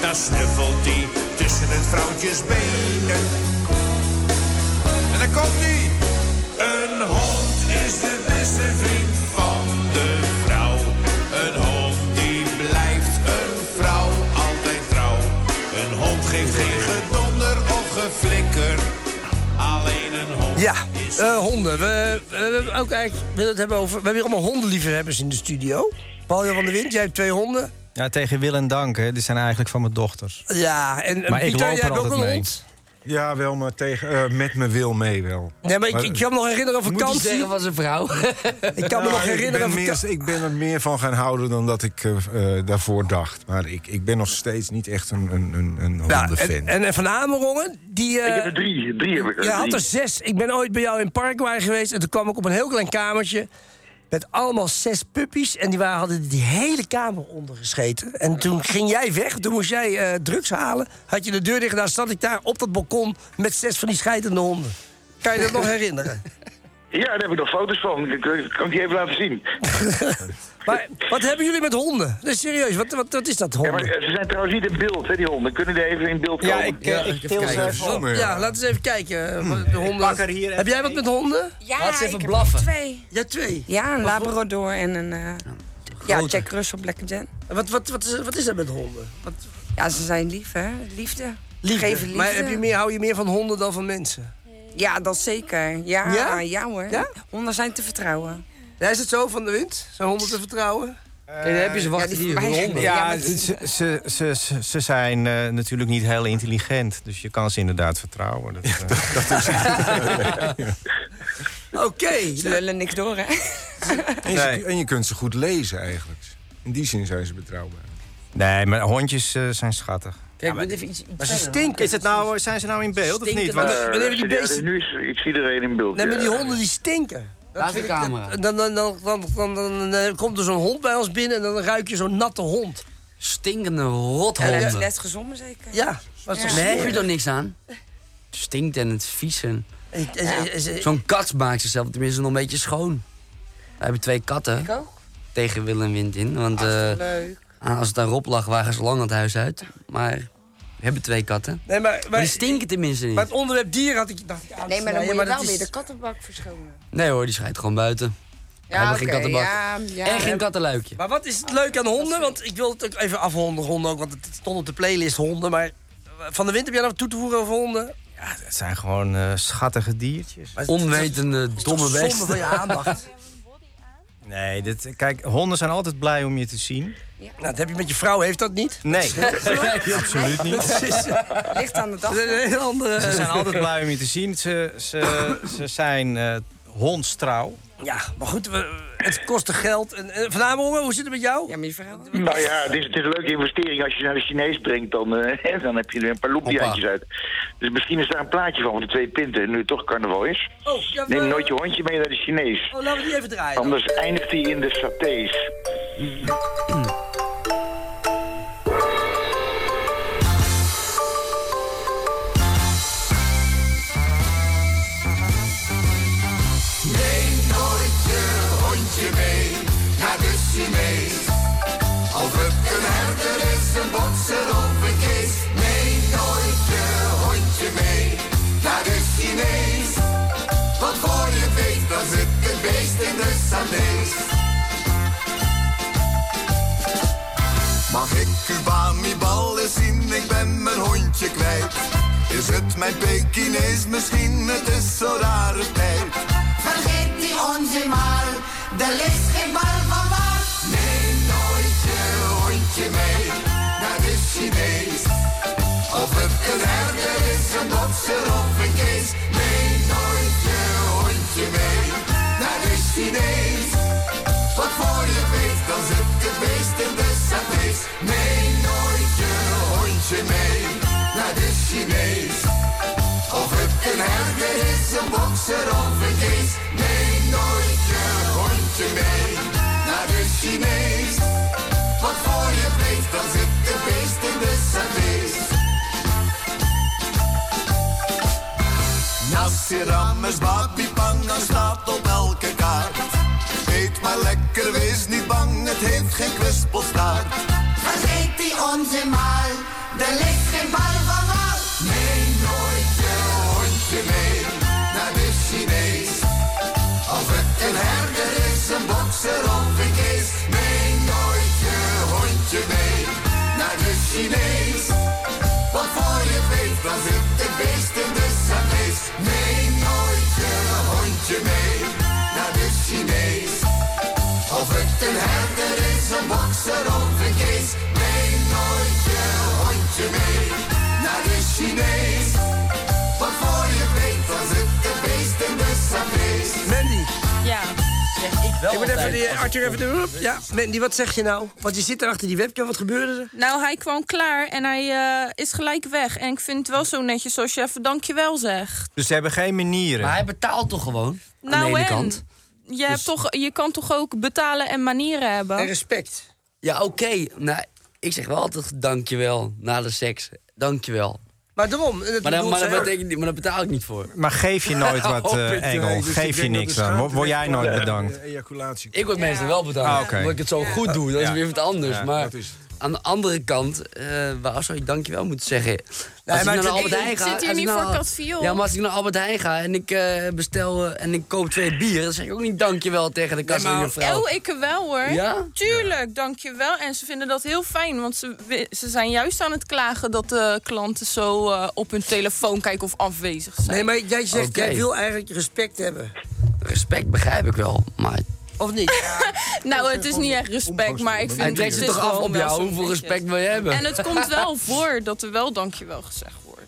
S11: daar snuffelt hij tussen het vrouwtjes benen. En dan komt hij. Een hond is de beste vriend van de vrouw. Een hond die blijft een vrouw altijd trouw. Een hond geeft geen gedonder of geflikker. Alleen een hond.
S3: Ja, eh, honden. We, we, we- ook eigenlijk, we willen het hebben over. We hebben hier allemaal hondenliefhebbers in de studio. Paul Jan van der Wind, jij hebt twee honden.
S6: Ja, tegen wil en dank, hè. Die zijn eigenlijk van mijn dochters.
S3: Ja, en, en
S6: Maar ik
S3: Pieter,
S6: loop
S3: jij
S6: er
S3: hebt ook
S6: altijd
S3: een
S6: mee.
S3: hond.
S7: Ja, wel, maar tegen, eh, met mijn wil mee wel.
S3: Nee, maar ik, ik kan me nog herinneren aan
S7: Moet hij
S3: vakantie.
S7: zeggen
S3: was een vrouw. ik kan me
S7: Nou,
S3: nog
S7: Ik
S3: herinneren
S7: ben,
S3: aan
S7: meer,
S3: vakantie.
S7: ik ben er meer van gaan houden dan dat ik eh, eh, daarvoor dacht. Maar ik, ik ben nog steeds niet echt een, een, een, een hondenfan.
S3: Nou, En, en, en Van Amerongen, die... eh,
S7: Ik heb er drie, drie heb ik er,
S3: Ja, had
S7: drie.
S3: er zes. Ik ben ooit bij jou in Paraguay geweest en toen kwam ik op een heel klein kamertje... met allemaal zes puppies en die waren, hadden die hele kamer ondergescheten. En toen ging jij weg, toen moest jij eh, drugs halen. Had je de deur dicht gedaan, zat ik daar op dat balkon met zes van die scheidende honden. Kan je dat nog herinneren?
S8: Ja, daar heb ik nog foto's van. Ik- ik- Kan ik die even laten zien?
S3: Maar wat hebben jullie met honden? Nee, serieus, wat, wat, wat is dat
S8: Ja,
S3: honden?
S8: maar eh, ze zijn trouwens niet in beeld, hè, die honden. Kunnen die even in beeld komen?
S3: eh, Ja, laten we eens even kijken. eh, wat De honden. Heb jij wat met honden?
S4: Ja,
S3: Laat ze even
S4: ik heb
S3: blaffen.
S4: er twee.
S3: Ja, twee?
S4: Ja, een
S3: Wat voor-
S4: labrador en een... eh, ja, Jack Russell, Black Jan.
S3: Wat, wat, wat, is, wat is dat met honden? Wat,
S4: Ja, ze zijn lief, hè? Liefde.
S3: liefde.
S4: Geven liefde.
S3: Maar heb je meer, hou je meer van honden dan van mensen?
S4: Ja, dat zeker. Ja,
S3: Ja?
S4: ja? hoor.
S3: Ja?
S4: Honden zijn te vertrouwen.
S3: Ja, is het zo van de wind? Zijn honden te vertrouwen? Kijk, dan heb je ze wachten hier.
S6: Ja, ze, ze, ze, ze- ze zijn eh, natuurlijk niet heel intelligent. Dus je kan ze inderdaad vertrouwen. Dat, eh,
S3: Oké.
S4: Ze lullen niks door, hè?
S7: En, je- en je kunt ze goed lezen eigenlijk. In die zin zijn ze betrouwbaar.
S6: nee, maar hondjes eh, zijn schattig.
S5: Kijk, maar even iets. iets
S3: Maar ze
S5: verder.
S3: stinken.
S6: Is het nou, zijn ze nou in beeld of niet? Want-
S8: Eh, ja, dus nu is, ik zie iedereen in beeld.
S3: Nee, maar
S8: ja.
S3: die honden die stinken. Dat
S5: Laat de
S3: vind ik-
S5: camera.
S3: Dan, dan, dan, dan, dan, dan, eh, komt er zo'n hond bij ons binnen en dan ruik je zo'n natte hond.
S5: Stinkende
S4: Ja,
S5: rothonden.
S4: net, net gezongen, zeker.
S3: Ja, maar toch
S5: Nee, heb
S3: smerig.
S5: je er niks aan? Het stinkt en het vies. en-
S3: Eh, eh, eh, eh,
S5: Zo'n kat maakt zichzelf tenminste nog een beetje schoon. We hebben twee katten
S4: Ik ook.
S5: tegen wil en wind in. Want eh,
S4: Leuk.
S5: ah, als het daarop lag, waren ze lang het huis uit. Maar we hebben twee katten.
S3: Nee, maar,
S5: Maar
S3: maar,
S5: die stinken tenminste
S3: maar
S5: niet.
S3: het onderwerp dier had ik... Dacht, ik aan te
S4: Nee, maar dan
S3: snijden,
S4: moet je wel
S3: dat
S4: weer
S3: is-
S4: de kattenbak verschonen.
S5: Nee hoor, die schijt gewoon buiten. We
S4: Ja,
S5: hebben
S4: oké.
S5: geen kattenbak.
S4: ja, ja. ehm,
S5: En geen kattenluikje.
S3: Maar wat is het leuk aan honden? Want ik wil het ook even afhonden, honden ook. Want het stond op de playlist honden. Maar eh, van de wind heb jij nog toe te voegen over honden?
S6: Het zijn gewoon eh, schattige diertjes.
S5: Onwetende, domme
S3: Zonde
S5: best.
S3: van je aandacht.
S6: Nee, dit, kijk, honden zijn altijd blij om je te zien.
S3: nou, dat heb je met je vrouw, heeft dat niet?
S6: Nee, eh, absoluut niet.
S3: Dat is
S4: Ligt aan de dag.
S3: dat is een heel andere...
S6: Ze zijn altijd blij om je te zien. Ze, ze, ze zijn eh hondstrouw.
S3: Ja, maar goed, we, het kostte geld. En, en vanavond, hoe zit het met jou?
S4: Ja, maar je verhaal.
S8: Nou ja, het is, het is een leuke investering. Als je ze naar de Chinees brengt, dan, eh, dan heb je er een paar loempiaatjes uit. Dus misschien is daar een plaatje van, van de twee pinten, nu het toch carnaval is.
S3: Oh, ja,
S8: Neem
S3: we-
S8: nooit je hondje mee naar de Chinees.
S3: Oh, laten we die even draaien. dan.
S8: Anders eindigt hij in de satés.
S11: Neem nooit je hondje mee naar de Chinees. Of het een herder is, een bokser of een kees. Neem nooit je hondje mee naar de Chinees. Want voor je het weet, dan zit een beest in de Chinees. Mag ik uw bamibal eens zien? Ik ben mijn hondje kwijt. Is het mijn Pekinees? Misschien het is zo'n rare tijd.
S12: Vergeet die onzin maar, er ligt geen bal van waar.
S11: Neem nooit je hondje mee naar de Chinees. Of het een herder is, een bokser of een kees. Neem nooit je hondje mee naar de Chinees. Wat voor je weet, dan zit het beest in de satés. Neem nooit je hondje mee naar de Chinees. Of het een herder is, een bokser of een kees. Neem nooit je hondje mee naar de Chinees. Want voor je het weet, dan zit de beest in de satés. Nassirames, babi, dan staat op elke kaart. Eet maar lekker, wees niet bang, het heeft geen kwispelstaart.
S12: Vergeet die onzin maar, de ligt geen bal van wal.
S11: Neem nooit je hondje mee naar de Chinees. Of het een herder is, een bokser of een kees. Neem nooit je hondje mee naar de Chinees. Want voor je weet, dan zit het beest in de satés. Neem nooit je hondje mee naar de Chinees. Of het een herder is, een bokser of een kees. Neem nooit je hondje mee naar de Chinees. Want voor je weet, dan zit de beest in de satés.
S3: Mandy.
S2: Ja.
S3: Ik moet even
S11: altijd
S3: die, eh,
S11: als
S3: Arthur even de... Ja, Mandy, wat zeg je nou? Want je zit daar achter die webcam, wat gebeurde er?
S2: Nou, hij kwam klaar en hij eh, is gelijk weg. En ik vind het wel zo netjes als je even dankjewel zegt.
S6: Dus ze hebben geen manieren. Maar hij
S5: betaalt toch gewoon?
S2: nou en, Je, hebt toch, je kan toch ook betalen en manieren hebben?
S3: respect.
S5: Ja, oké. Nou, ik zeg wel altijd dankjewel na de seks. Dankjewel.
S3: Maar daarom... dat
S5: Maar, dan,
S3: bedoelt
S5: maar,
S3: zij
S5: dat
S3: ook.
S5: betekent niet- maar daar betaal ik niet voor. Oh,
S6: Maar geef je nooit wat, eh,
S5: Hoppatee,
S6: Engel.
S5: dus ik
S6: Geef je
S5: denk dat
S6: niks
S5: de
S6: dan. Word, word jij
S5: schaamte
S6: nooit
S5: weg
S7: van de-
S6: bedankt?
S7: Ejaculatie.
S5: Ik word meestal wel betaald.
S6: Ah, oké.
S5: Omdat ik het zo goed doe. Dat is weer wat anders.
S6: Ja.
S5: Maar
S6: Dat is-
S5: aan de andere kant, eh waar zou je dankjewel moeten zeggen? Als
S3: maar
S5: ik
S3: het-
S5: naar
S3: Ik
S5: de Albert Heijn
S3: zit
S5: ga...
S3: hier
S5: als ik
S3: niet
S4: nou,
S5: naar-
S3: voor Catviool.
S5: Ja, maar als ik naar Albert Heijn ga en ik eh, bestel eh, en ik koop twee bieren... dan zeg ik ook niet dankjewel tegen de kassajuffrouw.
S2: Oh, ik wel hoor.
S5: Ja?
S2: Tuurlijk, dankjewel. En ze vinden dat heel fijn, want ze, wi- ze zijn juist aan het klagen dat de klanten zo eh, op hun telefoon kijken of afwezig zijn.
S3: Nee, maar jij zegt,
S2: Oké.
S3: jij wil e- eigenlijk respect hebben.
S5: Respect begrijp ik wel, maar...
S3: Of niet?
S2: nou, het is niet echt respect, maar ik vind
S5: Hij trekt
S2: het
S5: ze
S2: is
S5: toch af
S2: gewoon
S5: op
S2: wel
S5: jou?
S2: zo'n
S5: Hoeveel
S2: netjes.
S5: respect wil je hebben?
S2: En het komt wel voor dat er wel dankjewel gezegd wordt.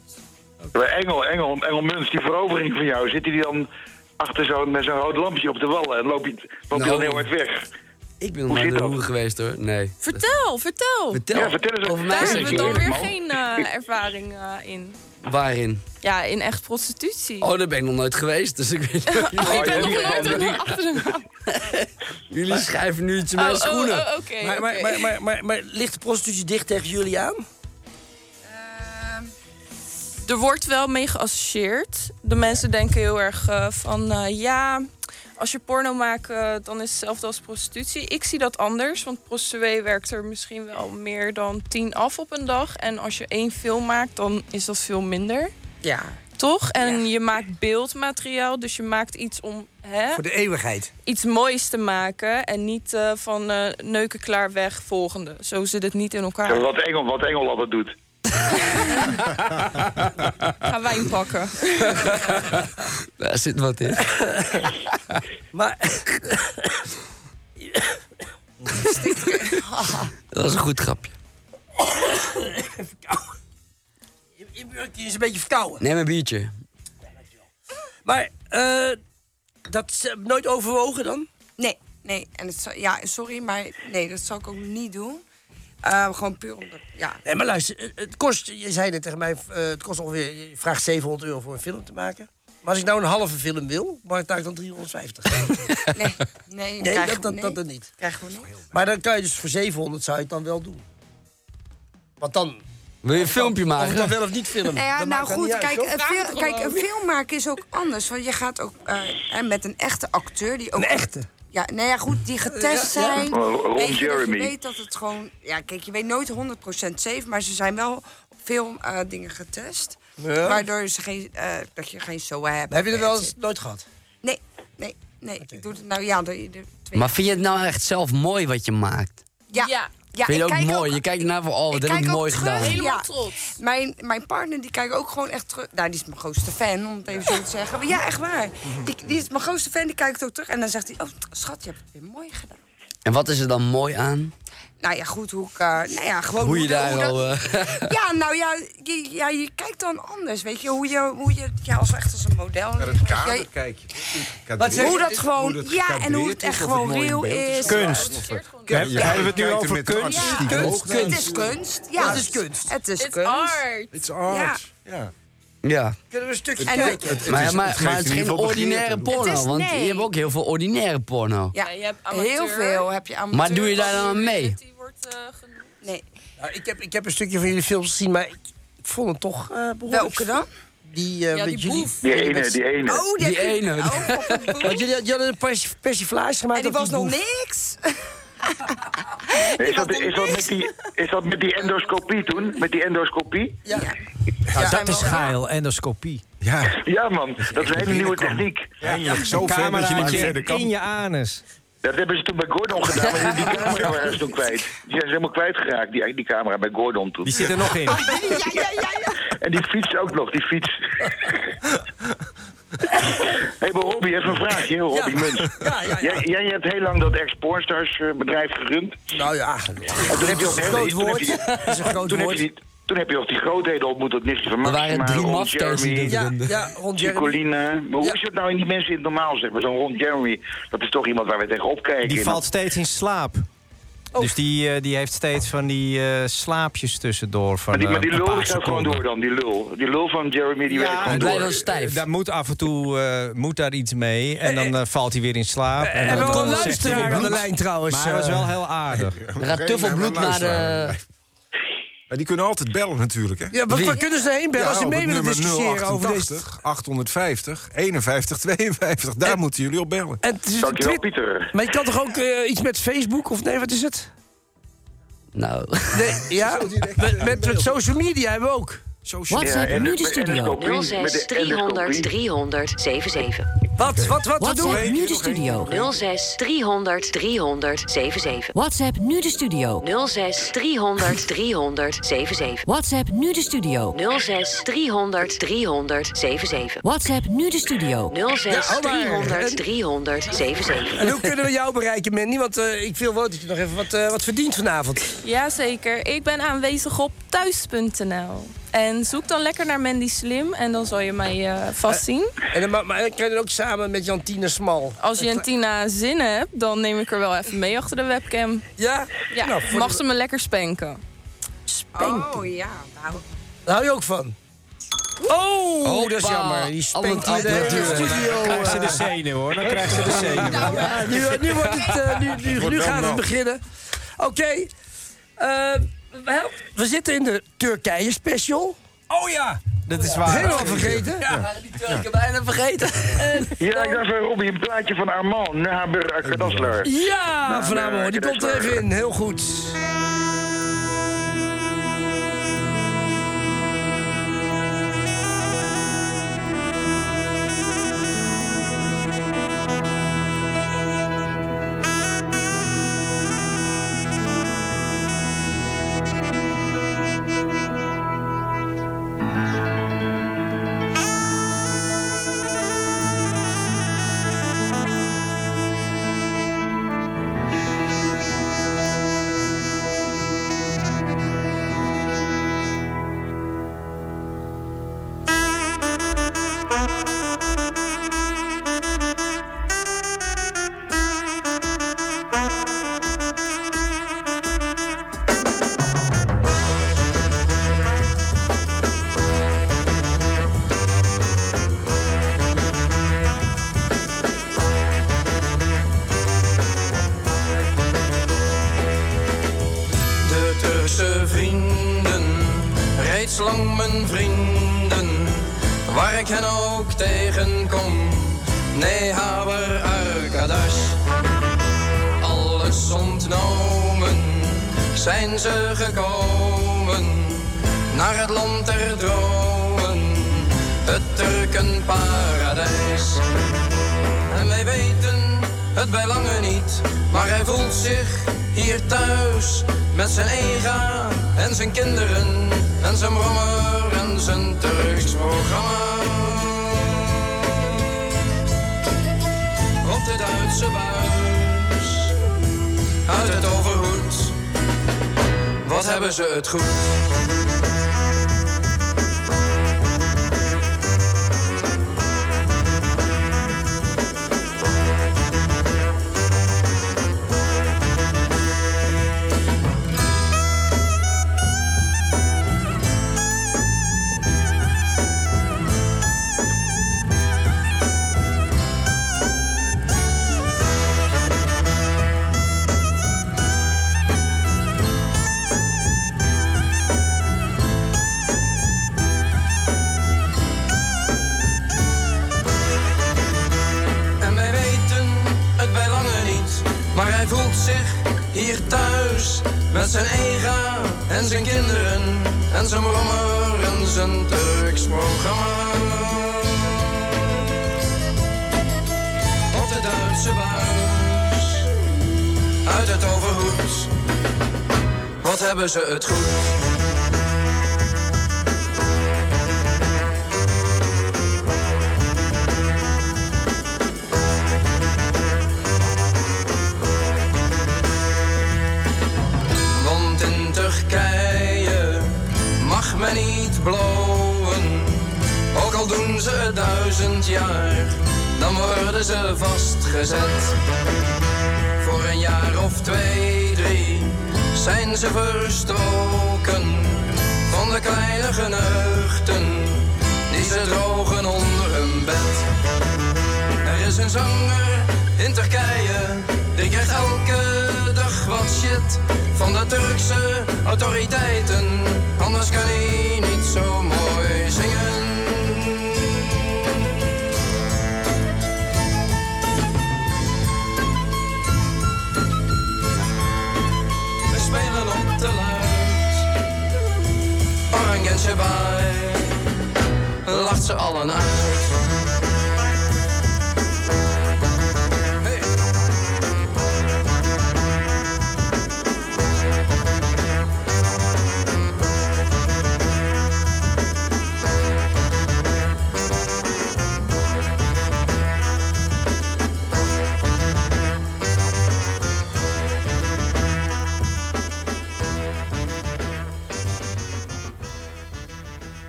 S8: Bij Eh, Engel, Engel, Engel Muns, die verovering van jou, zit hij dan achter zo'n met zo'n rood lampje op de wallen en loopt hij loopt hij
S5: Nou,
S8: dan heel hard weg?
S5: Ik ben nog
S8: Hoe
S5: nooit
S8: zit
S5: de
S8: dat?
S5: hoer geweest hoor. Nee.
S2: Vertel, vertel.
S5: Vertel. Ja, vertel eens. Over mij
S2: Daar
S5: is
S2: hebben we
S5: het
S2: dan
S5: niet
S2: weer
S5: helemaal.
S2: geen eh, ervaring eh, in.
S5: Waarin?
S2: Ja, in echt prostitutie. Oh,
S5: Oh, daar ben ik nog nooit geweest, dus ik weet niet.
S2: ik ben nog nooit achter de naam.
S5: Jullie schrijven nu iets in mijn
S2: Oh, oh,
S5: schoenen.
S2: oh, oké,
S3: maar, maar,
S2: oké.
S3: maar, maar, maar, maar ligt de prostitutie dicht tegen jullie aan?
S2: Er wordt wel mee geassocieerd. De mensen denken heel erg eh, van eh, ja, als je porno maakt, eh, dan is hetzelfde als prostitutie. Ik zie dat anders, want prostituee werkt er misschien wel meer dan tien af op een dag. En als je één film maakt, dan is dat veel minder.
S3: Ja.
S2: Toch? En je maakt beeldmateriaal, dus je maakt iets om hè,
S3: Voor de eeuwigheid.
S2: iets moois te maken. En niet eh, van eh, neuken klaar weg, volgende. Zo zit het niet in elkaar.
S8: Wat Engel, wat Engel altijd doet.
S2: Ga wijn pakken.
S5: Daar zit wat in.
S3: Maar...
S5: Dat was een goed grapje.
S3: Je is een beetje verkouden.
S5: Neem een biertje.
S3: Maar eh, dat is eh, nooit overwogen dan?
S4: Nee, nee. En het, zou- ja, sorry, maar nee, dat zal ik ook niet doen. Eh, gewoon puur omdat, ja.
S3: Nee, maar luister, eh, het kost, je zei net tegen mij, eh, het kost ongeveer, je vraagt 700 euro voor een film te maken. Maar als ik nou een halve film wil, maak ik daar dan 350.
S4: Nee,
S3: Nee,
S4: krijg-
S3: dat, dat, dat
S4: nee.
S3: dan niet.
S4: Krijgen we niet.
S3: Maar dan kan je dus voor 700 zou je het dan wel doen. Want dan...
S5: Wil je een filmpje
S3: Of ik
S5: maken?
S3: dan wel of niet filmen.
S4: Nou ja,
S3: dat
S4: nou
S3: maakt dan
S4: goed,
S3: niet uit,
S4: kijk,
S3: toch?
S4: een film, kijk, een film maken is ook anders. Want je gaat ook eh, en met een echte acteur die ook.
S3: Een echte?
S4: Ja, nou ja, goed, die getest
S3: Ja, ja.
S4: zijn.
S8: Oh, Ron
S4: Weet je dat
S8: Jeremy.
S4: Je weet dat het gewoon. Ja, kijk, je weet nooit 100% safe, maar ze zijn wel op veel eh, dingen getest.
S3: Ja.
S4: Waardoor ze geen, eh, dat je geen SOA hebt.
S3: Heb je er wel eens nooit gehad?
S4: Nee, nee, nee. Ik doe het nou ja, door ieder twee.
S5: Maar vind je het nou echt zelf mooi wat je maakt?
S4: Ja, ja.
S5: vind je
S4: ik
S5: het ook
S4: kijk
S5: mooi? Je kijkt naar van, oh,
S4: ik
S5: dat heb ik
S4: kijk ook
S5: mooi
S4: terug,
S5: gedaan.
S4: ja. Mijn, mijn partner die kijkt ook gewoon echt terug. Nou, die is mijn grootste fan, om het even zo te zeggen. Maar ja, echt waar. Die, die is mijn grootste fan, die kijkt ook terug. En dan zegt hij, oh schat, je hebt het weer mooi gedaan.
S5: En wat is er dan mooi aan?
S4: Nou ja, goed, hoe ik... eh, nou ja, gewoon
S5: Hoe je
S4: de-
S5: daar
S4: hoe dat-
S5: al... eh,
S4: Ja, nou ja je, ja, je kijkt dan anders, weet je. Hoe je, hoe je ja, als echt als een model... Naar het kader
S7: kijk je.
S4: Wat zeg je? Hoe dat gewoon-
S7: het
S4: ja, en hoe
S7: gecadreerd
S4: het
S7: is,
S4: echt
S7: of
S4: gewoon
S7: mooi in
S4: real
S7: beeld
S4: is.
S6: Kunst.
S7: Of, eh,
S6: Ja,
S7: ja,
S6: hebben we het nu
S7: kijken
S6: over
S7: met de
S6: kunst?
S7: artistieke oog naar.
S4: eh, Het is kunst. Ja,
S3: Het is kunst.
S4: Het is
S2: It's
S4: kunst.
S2: art.
S7: It's art. Ja.
S5: ja.
S3: Kunnen we een stukje
S4: En-
S3: kijken?
S7: Het- het
S5: Maar,
S7: is-
S5: ja, maar,
S7: het
S5: het
S7: geeft
S5: maar het is
S7: in
S5: geen
S7: ieder geval begin te
S5: ordinaire
S7: doen.
S5: porno,
S4: Het is-
S5: want
S4: nee.
S5: je hebt ook heel veel ordinaire porno.
S4: Ja,
S2: je hebt amateur.
S4: heel veel heb je amateur.
S5: Maar doe je daar dan aan mee?
S2: Die wordt eh, genoemd.
S4: Nee.
S3: Nou, ik, heb, ik heb een stukje van jullie films gezien, maar ik, ik vond het toch eh behoorlijk...
S4: Welke dan?
S3: Die, eh
S2: Ja,
S3: met
S2: die
S3: jullie-
S2: boef.
S8: Die ene, die ene.
S4: Oh,
S5: Die ene.
S4: Oh, papa, boe.
S3: Want jullie, jullie hadden een pers- persiflage gemaakt
S4: En
S3: op
S4: die was nog
S3: boef.
S4: niks.
S8: Is dat, is, dat met die, is dat met die endoscopie toen? Met die endoscopie? Ja,
S4: Nou, dat is geil, endoscopie.
S7: Ja.
S8: ja man, dat is een hele nieuwe techniek.
S7: Eindelijk zo
S4: Een
S7: ver dat je niet
S4: cameraatje
S7: verder kan.
S4: in je
S6: anus.
S8: Dat hebben ze toen bij Gordon gedaan, maar die camera waren ze toen kwijt. Die zijn ze helemaal kwijtgeraakt, die, die camera bij Gordon toen.
S6: Die zit er nog in.
S3: Oh,
S6: Ja,
S8: En die fiets ook nog, die fiets. Hé, hey, maar Robbie, even een vraagje, hoor, Robbie Muns. Jij, jij hebt heel lang dat ex-pornstars eh, bedrijf gerund.
S3: Nou ja,
S8: En toen heb je
S3: dat
S8: ook
S3: is een groot
S8: hele- toen heb
S3: woord.
S8: je-
S3: Dat is een groot
S8: toen heb
S3: woord.
S8: je die- Toen heb je ook die grootheden ontmoet, dat niks van Maxima,
S5: waren drie
S8: Ron
S5: mafkezen die
S8: Jeremy,
S5: dat Ja, runden.
S3: ja, Ron Jeremy.
S8: Nicolina. Maar hoe is het nou in die mensen in het normaal, zeg maar? Zo'n Ron Jeremy, dat is toch iemand waar wij tegen opkijken.
S6: Die valt steeds in slaap.
S5: Oh.
S6: Dus die, eh, die heeft steeds van die eh, slaapjes tussendoor. Van,
S8: Maar die, maar die
S6: eh, een
S8: lul
S6: paar
S8: gaat gewoon
S6: seconden. eh,
S8: door dan, die lul. Die lul van Jeremy, die werkt gewoon door.
S6: Daar moet af en toe eh, moet daar iets mee. En dan eh, valt hij weer in
S5: eh,
S6: slaap.
S3: we
S6: dan
S3: hebben
S6: komt
S3: een
S6: zegt
S3: luisteraar
S6: hij,
S3: aan de
S6: "Bloed."
S3: lijn trouwens,
S6: Maar hij was
S3: eh.
S6: wel heel aardig.
S7: Er gaat tuffelbloed naar de- eh, Maar die kunnen altijd bellen natuurlijk, hè?
S3: Ja, wat, waar kunnen ze heen bellen als ze
S7: op
S3: mee
S7: het
S3: willen
S7: nummer
S3: discussiëren over dit?
S7: 088, 850, 51, 52. Daar moeten jullie op bellen.
S3: En het is
S7: Dankjewel,
S3: een tweet-
S7: Pieter.
S3: Maar je kan toch ook eh, iets met Facebook of nee, wat is het?
S5: Nou.
S3: Nee, ja? Met, met, met social media hebben we ook. Social
S13: WhatsApp nu de studio. 06 300 300 77.
S3: Wat, wat, wat, wat doen
S13: WhatsApp
S3: we?
S13: nu de studio. 06 300 300 77.
S4: WhatsApp nu de studio.
S13: 06 300 300 77.
S4: WhatsApp nu de studio.
S13: 06 300 300 77.
S4: WhatsApp nu de studio.
S13: 06
S3: Ja, oh, maar-
S13: 300 300 77.
S3: En hoe kunnen we jou bereiken, Manny? Want eh, ik wil wel dat je nog even wat, eh, wat verdient vanavond.
S2: Jazeker, ik ben aanwezig op thuis.nl. En zoek dan lekker naar Mandy Slim en dan zal je mij eh vast zien.
S3: En dan, ma- maar ik kan het ook samen met Jantine Smal.
S2: Als je en Tina zin hebt, dan neem ik er wel even mee achter de webcam.
S3: Ja?
S2: ja.
S3: Nou, voor
S2: Mag
S3: de-
S2: ze me lekker spanken?
S14: Oh ja, nou.
S3: Daar hou je ook van. Oh, dat is
S5: Hoppa.
S3: jammer. Die
S5: Al het
S3: spenkt hier de
S5: apparatuur.
S3: hele studio.
S6: Dan krijgt ze de
S3: eh.
S6: zenuw hoor. Dan krijgt ze de zenuw.
S3: Nou, ja, nu, nu, wordt het, eh, nu, nu, nu gaat het beginnen. Oké. eh, wel, we zitten in de Turkije special.
S6: Oh ja! Dat is waar.
S3: Helemaal vergeten.
S5: Ja, die twee keer bijna vergeten.
S8: Ja, ik dacht, eh, Robbie, een plaatje van Armand, Naber Kadaslaar.
S5: Nou,
S3: Ja, van Amor, die komt er even in. Heel goed.
S15: De Turkse vrienden, reeds lang mijn vrienden, waar ik hen ook tegenkom. Nee, haber arkadash, alles ontnomen, zijn ze gekomen, naar het land der dromen, het Turkenparadijs. En wij weten het bij lange niet, maar hij voelt zich hier thuis met zijn ega en zijn kinderen en zijn brommer en zijn Turks programma. Op de Duitse buis, uit het overhoed, wat hebben ze het goed? kinderen en zijn brommer en zijn Turks programma. Op de Duitse buis, uit het overhoed, wat hebben ze het goed. Want in Turkije mag men niet blowen. Ook al doen ze het duizend jaar, dan worden ze vastgezet. Voor een jaar of twee, drie zijn ze verstoken van de kleine geneugten die ze drogen onder hun bed. Er is een zanger in Turkije, die krijgt elke dag wat shit van de Turkse autoriteiten. Anders kan hij niet zo mooi zingen. We spelen op de luid, Orang en Shabai, lacht ze allen uit.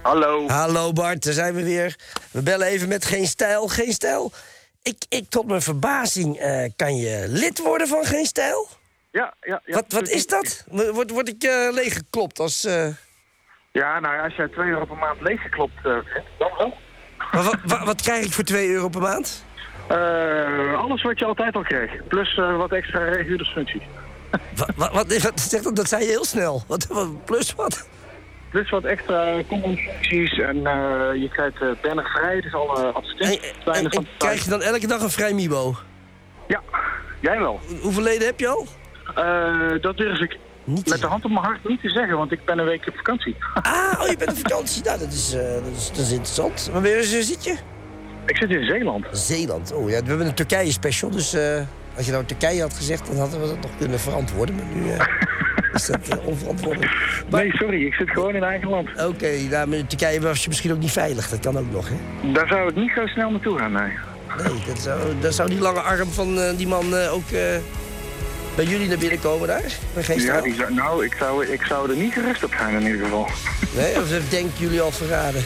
S1: Hallo.
S3: Hallo Bart, daar zijn we weer. We bellen even met Geen Stijl. Geen Stijl, ik, ik tot mijn verbazing eh, kan je lid worden van Geen Stijl?
S1: Ja, ja. ja
S3: wat, wat is dat? Word, word ik eh, leeggeklopt als... eh,
S1: Ja, nou ja, als jij twee euro per maand leeggeklopt eh bent, dan wel.
S3: Maar wa- wa- wat krijg ik voor 2 euro per maand?
S1: Eh, alles wat je altijd al kreeg. Plus eh, wat extra huurdersfuncties.
S3: Wat, wat, wat, is- wat zegt dat? Dat zei je heel snel. Wat, wat- plus wat?
S1: Plus wat extra compensaties en eh, je krijgt eh banner vrij, dus alle advertenties.
S3: En, en krijg je dan elke dag een vrij Mibo?
S1: Ja, jij wel. Eh,
S3: Hoeveel leden heb je al?
S1: dat durf ik met de hand op mijn hart niet te zeggen, want ik ben een week op vakantie.
S3: Ah, oh, je bent op vakantie. Nou, dat is, eh, dat is, dat is interessant. Maar waar is- zit je?
S1: Ik zit in Zeeland.
S3: Zeeland. Oh ja, we hebben een Turkije special. Dus eh, als je nou Turkije had gezegd, dan hadden we dat nog kunnen verantwoorden. Maar nu eh, is dat eh, onverantwoordelijk.
S1: Nee, sorry. Ik zit gewoon in eigen land.
S3: Oké, nou, maar in Turkije was je misschien ook niet veilig. Dat kan ook nog, hè?
S1: Daar zou ik niet zo snel naartoe gaan, nee.
S3: Nee, dat zou, dat zou die lange arm van eh, die man eh, ook eh, bij jullie naar binnen komen daar? Bij geen
S1: Ja,
S3: stijl?
S1: die zou- nou, ik zou, ik zou er niet gerust op gaan in ieder geval.
S3: Nee, of denken jullie al verraden?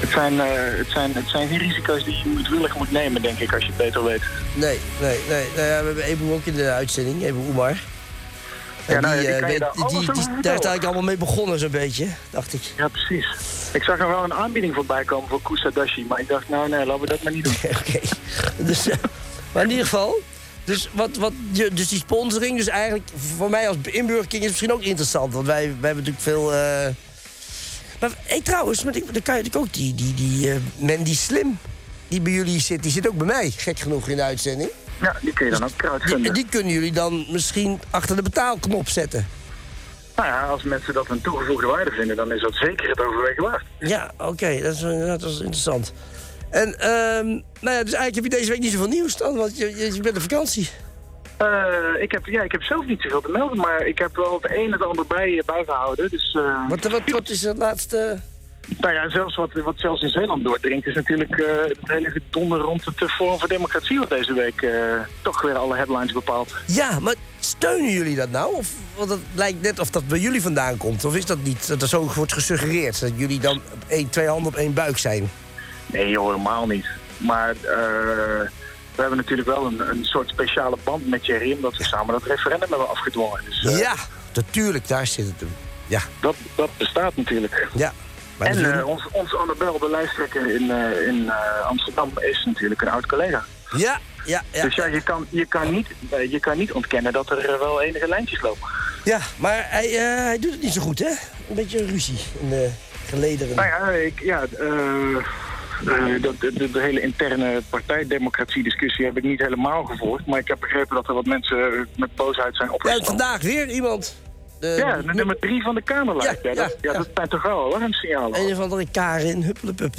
S1: Het zijn, eh, het zijn, het zijn die risico's die je moedwillig moet nemen, denk ik, als je het beter weet.
S3: Nee, nee, nee. Nou ja, we hebben Ebu ook in de uitzending, Ebu Oemar. En eh,
S1: Ja, nou ja, die kan je
S3: weet-
S1: daar alles over
S3: daar is
S1: vertellen.
S3: eigenlijk allemaal mee begonnen, zo'n beetje, dacht ik.
S1: Ja, precies. Ik zag er wel een aanbieding voorbij komen voor Kusadashi, maar ik dacht, nou nee, laten we dat maar niet doen.
S3: Oké. Dus, eh, maar in ieder geval, dus, wat, wat, je- dus die sponsoring, dus eigenlijk voor mij als inburgering is misschien ook interessant. Want wij, wij hebben natuurlijk veel... eh, Maar hey, trouwens, maar die- dan kan je natuurlijk ook die, die, die eh, Mandy Slim, die bij jullie zit, die zit ook bij mij, gek genoeg in de uitzending. Dus
S1: Ja, die kun je dan ook
S3: Die,
S1: crowdfunden.
S3: die kunnen jullie dan misschien achter de betaalknop zetten.
S1: Nou ja, als mensen dat een toegevoegde waarde vinden, dan is dat zeker het overwegen waard.
S3: Ja, oké, dat, is wel- dat was interessant. En, ehm, nou ja, dus eigenlijk heb je deze week niet zoveel nieuws dan, want je, je, je bent op vakantie.
S1: Eh, ik, heb, ja, ik heb zelf niet zoveel te melden, maar ik heb wel het een en het ander bij, bijgehouden. Dus, eh,
S3: Wat, wat, wat is het laatste...
S1: Nou ja, zelfs wat, wat zelfs in Zeeland doordringt, is natuurlijk eh het hele gedonder rond het eh, Forum voor Democratie, wat deze week eh, toch weer alle headlines bepaalt.
S3: Ja, maar steunen jullie dat nou? Of, want het lijkt net of dat bij jullie vandaan komt. Of is dat niet, dat er zo wordt gesuggereerd... dat jullie dan op één, twee handen op één buik zijn?
S1: Nee, joh, helemaal niet. Maar eh, we hebben natuurlijk wel een, een soort speciale band met Jerry, omdat we samen dat referendum hebben afgedwongen. Dus eh,
S3: Ja, natuurlijk, daar zit het hem. Ja.
S1: dat, dat bestaat natuurlijk.
S3: Ja. Maar
S1: en
S3: dat jullie-
S1: eh, ons, ons Annabel, de lijsttrekker in, eh, in eh, Amsterdam, is natuurlijk een oud collega.
S3: Ja, ja, ja.
S1: Dus ja, je kan, je, kan niet, eh, je kan niet ontkennen dat er eh, wel enige lijntjes lopen.
S3: Ja, maar hij, eh, hij doet het niet zo goed, hè? Een beetje ruzie in de gelederen.
S1: Nou ja, ik, ja eh, eh, dat, de, de- de hele interne partijdemocratie-discussie heb ik niet helemaal gevoerd. Maar ik heb begrepen dat er wat mensen met boosheid zijn
S3: Ja, en
S1: opgestaan.
S3: vandaag weer iemand.
S8: ja, de nummer drie van de Kamerlijst.
S3: Ja,
S8: Ja, dat, ja, dat zijn toch wel hoor, een signaal.
S3: Een of andere Karin Huppelepup.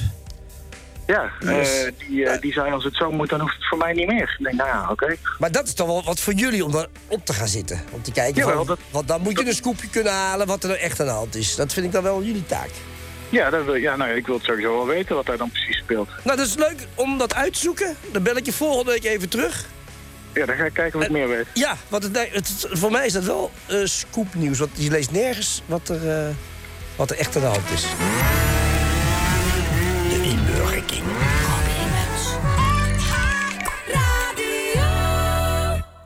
S8: Ja,
S3: Yes.
S8: eh, die, eh, die zei als het zo moet, dan hoeft het voor mij niet meer. Ik denk, nou ja, oké.
S3: Maar dat is toch wel wat voor jullie om daar op te gaan zitten. Om te kijken,
S8: Jawel,
S3: van,
S8: dat-
S3: want dan moet je een scoopje kunnen halen wat er nou echt aan de hand is. Dat vind ik dan wel jullie taak.
S8: Ja, dat wil, ja nou, ik wil het sowieso wel weten wat daar dan precies speelt.
S3: Nou, dat is leuk om dat uit te zoeken. Dan bel ik je volgende week even terug.
S8: Ja, dan ga ik kijken wat ik meer weet.
S3: Ja, want het, het- het- voor mij is dat wel eh scoopnieuws. Want je leest nergens wat er, eh, wat er echt aan de hand is. De inburgering.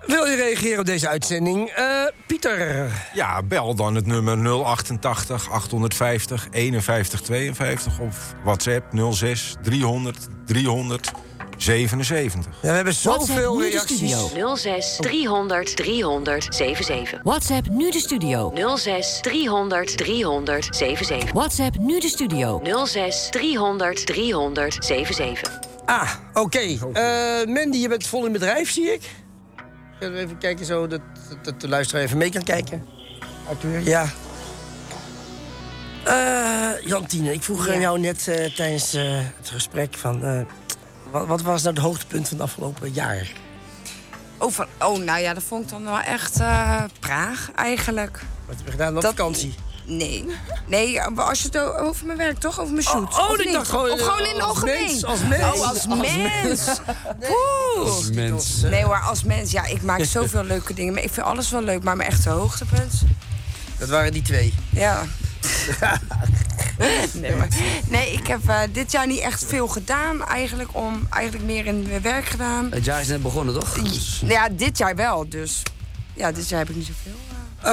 S3: Wil je reageren op deze uitzending? Eh, Pieter.
S7: Ja, bel dan het nummer 088 850 51 52 of WhatsApp 06 300 300 77.
S3: Ja, we hebben
S13: WhatsApp nu de studio. 06 300 300 77.
S16: WhatsApp nu de studio.
S13: 06 300 300 77.
S16: WhatsApp nu de studio.
S13: 06 300 300 77.
S3: Ah, oké. Eh, Mandy, je bent vol in bedrijf, zie ik. Zullen we even kijken zo dat, dat de luisteraar even mee kan kijken? Arthur? Ja. Eh, Jantine, ik vroeg aan jou net eh, tijdens eh, het gesprek van... eh, wat, wat was nou het hoogtepunt van het afgelopen jaar?
S4: Oh, van, oh, nou ja, dat vond ik dan wel echt eh, Praag eigenlijk.
S3: Wat heb je gedaan op vakantie?
S4: Nee. Nee, maar als je het o- over mijn werk toch? Over mijn shoot?
S3: oh,
S4: of
S3: ik
S4: niet?
S3: dacht gewoon,
S4: Of gewoon in het
S3: eh, als mens,
S4: algemeen?
S3: als mens.
S4: Oh, als
S3: Als
S4: mens.
S3: mens.
S4: Oeh.
S5: Als mens.
S4: Nee hoor, als mens. Ja, ik maak zoveel leuke dingen. Maar ik vind alles wel leuk, maar mijn echte hoogtepunt...
S3: Dat waren die twee.
S4: Ja. nee, maar, nee, ik heb eh, dit jaar niet echt veel gedaan. Eigenlijk, om, eigenlijk meer in mijn werk gedaan.
S5: Het jaar is net begonnen, toch?
S4: Nou ja, dit jaar wel, dus... Ja, dit jaar heb ik niet zoveel.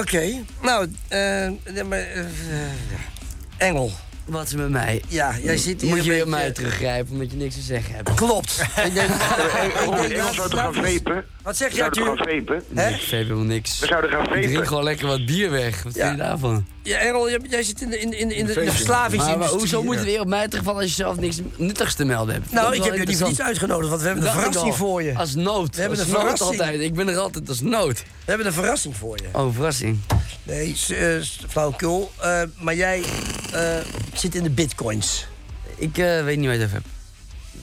S3: Oké, nou, eh, ja, maar, eh, eh, Engel.
S5: Wat is met mij?
S3: Ja, jij zit hier
S5: Moet je
S3: een
S5: weer op
S3: beetje-
S5: mij teruggrijpen omdat je niks te zeggen hebt.
S3: Klopt. ik denk,
S5: Eh, ik denk
S8: zou toch gaan vepen?
S3: Wat zeg je,
S8: Zou toch
S3: Arthur?
S8: gaan vepen?
S5: Nee, ik veep helemaal niks.
S8: We zouden gaan
S5: Ik drink
S8: vepen.
S5: gewoon lekker wat bier weg. Wat vind je daarvan?
S3: Ja, Errol, jij, jij zit in de, in, in, in de, in de
S5: Maar-
S3: verslavingsindustrie.
S5: Maar hoezo moet
S3: Ja.
S5: het weer op mij terugvallen als je zelf niks nuttigs te melden hebt? Dat
S3: Nou,
S5: is
S3: ik
S5: wel
S3: heb jullie voor
S5: interessant.
S3: iets uitgenodigd, want we hebben een
S5: Dacht ik
S3: verrassing
S5: al.
S3: voor je.
S5: Als nood.
S3: We hebben
S5: als
S3: een
S5: nood
S3: verrassing.
S5: altijd. Ik ben er altijd als nood.
S3: We hebben een verrassing voor je.
S5: Oh, verrassing.
S3: Nee, s- eh, s- flauwekul. Eh, maar jij eh, zit in de bitcoins.
S5: Ik eh, weet niet wat je het over hebt.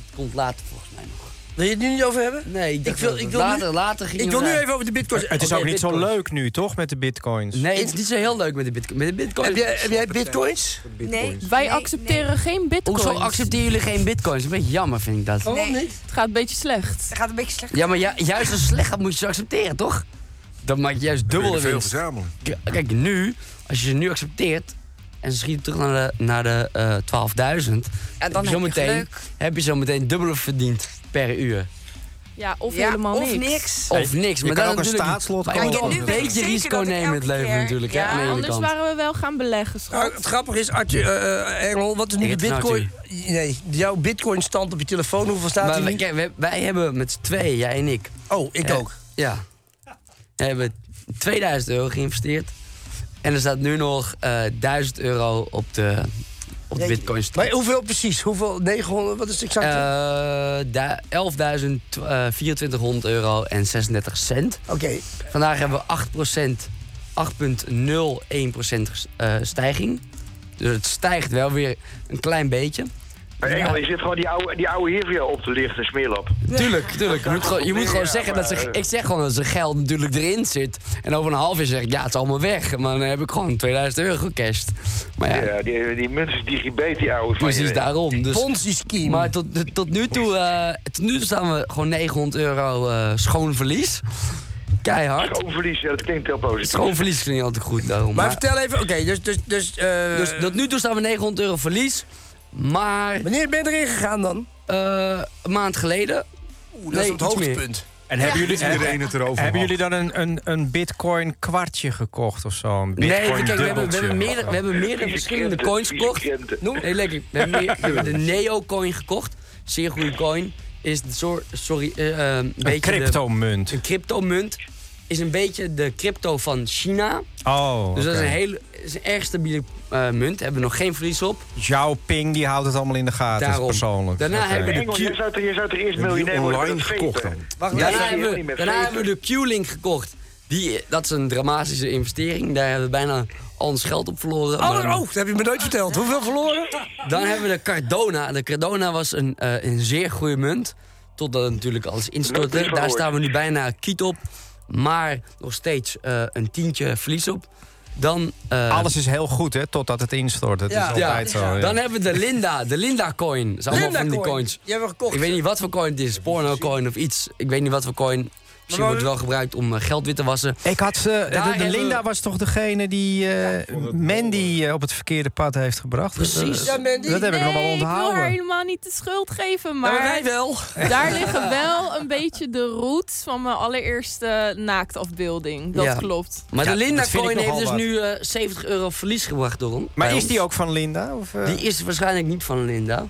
S5: Het komt later volgens mij nog.
S3: Wil je het nu niet over hebben?
S5: Nee, ik, dacht
S3: wil-
S5: dat
S3: ik
S5: het
S3: wil nu-
S5: later, later ging
S3: Ik wil nu even over de bitcoins.
S6: Het is
S5: Oké,
S6: ook niet zo
S5: Oh, bitcoins.
S6: leuk nu, toch, met de bitcoins?
S5: Nee, het is niet zo heel leuk met de bitcoin. Met de bitcoin.
S3: Heb jij, heb jij bitcoins?
S4: Nee,
S2: Wij accepteren geen bitcoins.
S5: Hoezo accepteren jullie geen bitcoins? Een beetje jammer vind ik dat.
S3: Waarom niet?
S2: Het gaat een beetje slecht.
S4: Het gaat een beetje slecht.
S5: Ja, maar ju- juist als het slecht gaat moet je ze accepteren, toch? Dan maak je juist
S7: Kun je
S5: dubbele
S7: er veel
S5: winst.
S7: verzamelen.
S5: K- Kijk, nu, als je ze nu accepteert en ze schieten terug naar de, naar de eh 12.000,
S4: En
S5: heb je
S4: dan heb je
S5: zometeen
S4: geluk.
S5: heb je zo meteen dubbele verdiend per uur.
S2: Ja, of
S4: Ja,
S2: helemaal
S4: of
S2: niks.
S4: niks.
S5: Of niks.
S6: je
S5: Maar
S6: kan
S5: dat
S6: ook een
S5: natuurlijk niet.
S6: staatslot
S5: Maar je
S6: kopen.
S5: moet
S6: Ja,
S5: een
S4: nu weet ik
S5: beetje
S4: zeker
S5: risico
S4: dat ik
S5: nemen in het
S4: elke
S5: leven
S4: keer-
S5: natuurlijk. hè,
S2: Ja,
S5: aan de ene
S2: anders
S5: kant.
S2: waren we wel gaan beleggen,
S3: Nou,
S2: schat.
S3: het grappige is, Arthur, eh, eh, Errol, wat is nu
S5: Ik
S3: de
S5: heb het nou,
S3: bitcoin? Nee, jouw bitcoin stand op je telefoon, hoeveel staat
S5: Maar
S3: die
S5: wij,
S3: nu?
S5: kijk, wij, wij hebben met z'n tweeën, jij en ik,
S3: Oh, ik
S5: Eh,
S3: ook.
S5: ja, we hebben 2000 euro geïnvesteerd. En er staat nu nog eh 1000 euro op de, op de
S3: Nee,
S5: bitcoin stand.
S3: Maar hoeveel precies? Hoeveel? 900? Wat is het exacte?
S5: Eh, da- 11.000, tw- eh, 2400 euro en 36 cent.
S3: Oké.
S5: Vandaag hebben we 8%, 8,01% ges- eh, stijging. Dus het stijgt wel weer een klein beetje.
S8: Maar Engel, je zit gewoon die oude, die oude heer van jou op te lichten, smeerlap.
S5: Tuurlijk, tuurlijk. Je moet gewoon, je moet gewoon zeggen dat ze. Ik zeg gewoon dat ze geld natuurlijk erin zit. En over een half uur zeg ik, ja, het is allemaal weg. Maar dan heb ik gewoon 2000 euro gecashed. Maar ja,
S8: eh, Ja, die, die munt is digibet, die oude van
S5: precies
S8: je.
S5: daarom. Dus,
S3: Ponzi-scheme.
S5: maar tot, tot, nu toe, eh, tot nu toe staan we gewoon 900 euro eh, schoon verlies. Keihard.
S8: Schoonverlies, ja, dat klinkt heel positief.
S5: Schoon verlies klinkt altijd goed daarom.
S3: Maar
S5: Maar-
S3: vertel even, oké, dus... dus, dus, eh,
S5: Dus tot nu toe staan we 900 euro verlies. Maar eh,
S3: Wanneer ben je erin gegaan dan?
S5: een maand geleden.
S3: Oeh,
S5: Nee, iets meer.
S6: En hebben jullie,
S7: Iedereen het erover
S6: hebben
S7: had.
S6: jullie dan een, een, een bitcoin kwartje gekocht of zo? Een
S5: Nee,
S6: bitcoin
S5: kijk, we hebben, we
S6: dubbeltje?
S5: hebben meerdere, we hebben meerdere verschillende
S8: krenten,
S5: coins
S8: vieze
S5: gekocht.
S8: krenten.
S5: Noem, nee, lekker. We hebben, meer- we hebben de Neo-coin gekocht. Zeer goede coin. Is de soort, sorry, eh, eh, een
S6: Een
S5: beetje de-
S6: cryptomunt.
S5: een cryptomunt. Is een beetje de crypto van China.
S6: Oh,
S5: Dus dat is
S6: oké.
S5: een, hele, is een erg stabiele eh, munt. Hebben we nog geen verlies op.
S6: Jouw ping die houdt het allemaal in de gaten,
S5: Daarom.
S6: persoonlijk.
S5: Daarna
S6: Oké.
S5: hebben we
S8: Engel, jij zou, toch- jij zou toch eerst miljonair worden
S7: online
S8: met dat
S7: gekocht
S8: vepen?
S7: dan?
S3: Wacht,
S5: Daarna,
S8: dat
S3: even.
S8: is
S5: hebben,
S8: niet
S5: we,
S8: meer
S5: daarna
S8: vergeten.
S5: hebben we de Q-Link gekocht. Die, dat is een dramatische investering. Daar hebben we bijna al ons geld op verloren.
S3: Oh,
S5: maar-
S3: oh, dat heb je me nooit verteld. Hoeveel verloren?
S5: Dan hebben we de Cardona. De Cardona was een, eh, een zeer goede munt. Totdat het natuurlijk alles
S3: Nooit
S5: instortte.
S3: van
S5: Daar
S3: gehoord.
S5: staan we nu bijna kiet op. Maar nog steeds eh, een tientje verlies op. Dan, eh,
S6: Alles is heel goed, hè, totdat het instort. Dat is altijd zo. ja.
S5: Dan hebben we de Linda, de Linda coin. Dat zijn allemaal
S3: Linda
S5: van die
S3: coin.
S5: coins.
S3: Die hebben we gekocht.
S5: Ik weet niet wat voor coin het is. Porno coin of iets. Ik weet niet wat voor coin. Misschien
S6: Maar
S5: wordt het wel gebruikt om eh, geld wit te wassen.
S6: Ik had ze.
S5: Daar
S6: Eh, De, de
S5: hebben we-
S6: Linda was toch degene die eh Mandy eh, op het verkeerde pad heeft gebracht?
S5: Precies.
S6: Dat,
S5: Ja, Mandy.
S6: dat heb ik nog wel
S17: Nee, Ik wil haar
S6: onthouden.
S17: helemaal niet de schuld geven,
S5: maar
S17: maar...
S5: wij wel.
S17: Daar liggen wel een beetje de roots van mijn allereerste naaktafbeelding. Dat
S5: Ja.
S17: klopt.
S5: Maar de Linda
S6: dat vind ik
S5: coin heeft
S6: nogal
S5: dus
S6: wat.
S5: nu eh, 70 euro verlies gebracht door hem.
S6: Maar
S5: Bij
S6: is die
S5: ons.
S6: ook van Linda? Of, eh?
S5: Die is waarschijnlijk niet van Linda.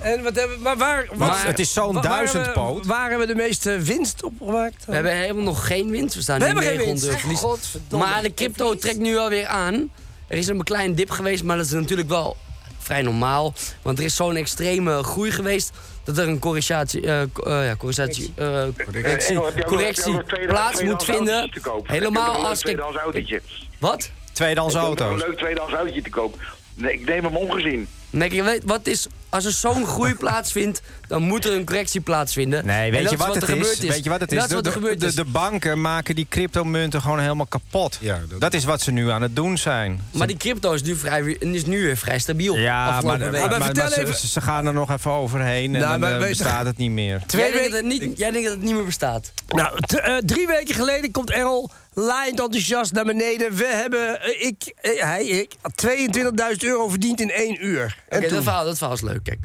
S3: En wat hebben we, maar waar, wat,
S5: Maar het is zo'n
S3: wa- waar hebben we-
S5: duizendpoot.
S3: Waar hebben we de meeste winst op gemaakt?
S5: We hebben helemaal nog geen winst. We staan
S3: We
S5: nu
S3: hebben geen
S5: 900
S3: winst.
S5: verlies.
S3: Godverdomme.
S5: Maar de crypto trekt nu alweer aan. Er is een klein dip geweest, maar dat is natuurlijk wel vrij normaal. Want er is zo'n extreme groei geweest dat er een correctie, eh, co- eh, ja, correctie, eh,
S8: Eh,
S5: correctie,
S8: Engel, heb jij nog- heb jij
S5: correctie
S8: nog tweede-
S5: plaats moet
S8: tweedehands
S5: vinden.
S8: autootjes te kopen? Ik heb nog
S5: Helemaal
S8: een
S5: als ik...
S8: tweedehands autootje.
S5: Wat?
S6: Tweedehands
S8: Ik heb nog Een leuk tweedehands autootje te koop. Nee, ik neem hem ongezien.
S5: Nee, kijk, weet, wat is, als er zo'n groei plaatsvindt, dan moet er een correctie plaatsvinden.
S6: Nee,
S5: En
S6: weet
S5: dat
S6: je
S5: is
S6: wat,
S5: er
S6: het
S5: gebeurd
S6: is? Weet je wat het
S5: En
S6: is?
S5: Dat is wat
S6: de,
S5: er gebeurd
S6: de-
S5: is.
S6: de banken maken die cryptomunten gewoon helemaal kapot. dat, is wat ze nu aan het doen zijn. Ze-
S5: Maar die crypto is nu, vrij, is nu weer vrij stabiel.
S6: ja, maar,
S5: afgelopen
S6: maar,
S5: week.
S6: maar- maar ze- ze, ze gaan er nog even overheen en
S5: Nou,
S6: dan
S5: maar
S6: eh,
S5: weet-
S6: bestaat het niet meer.
S5: Jij denkt, dat het niet, jij denkt dat het niet meer bestaat.
S3: Nou, t- eh, drie weken geleden komt Errol laaiend enthousiast naar beneden. We hebben, eh, ik, eh, hij, ik, 22.000 euro verdiend in één uur. Eh, En
S5: Oké,
S3: toen?
S5: dat, verhaal, dat verhaal is leuk, kijk.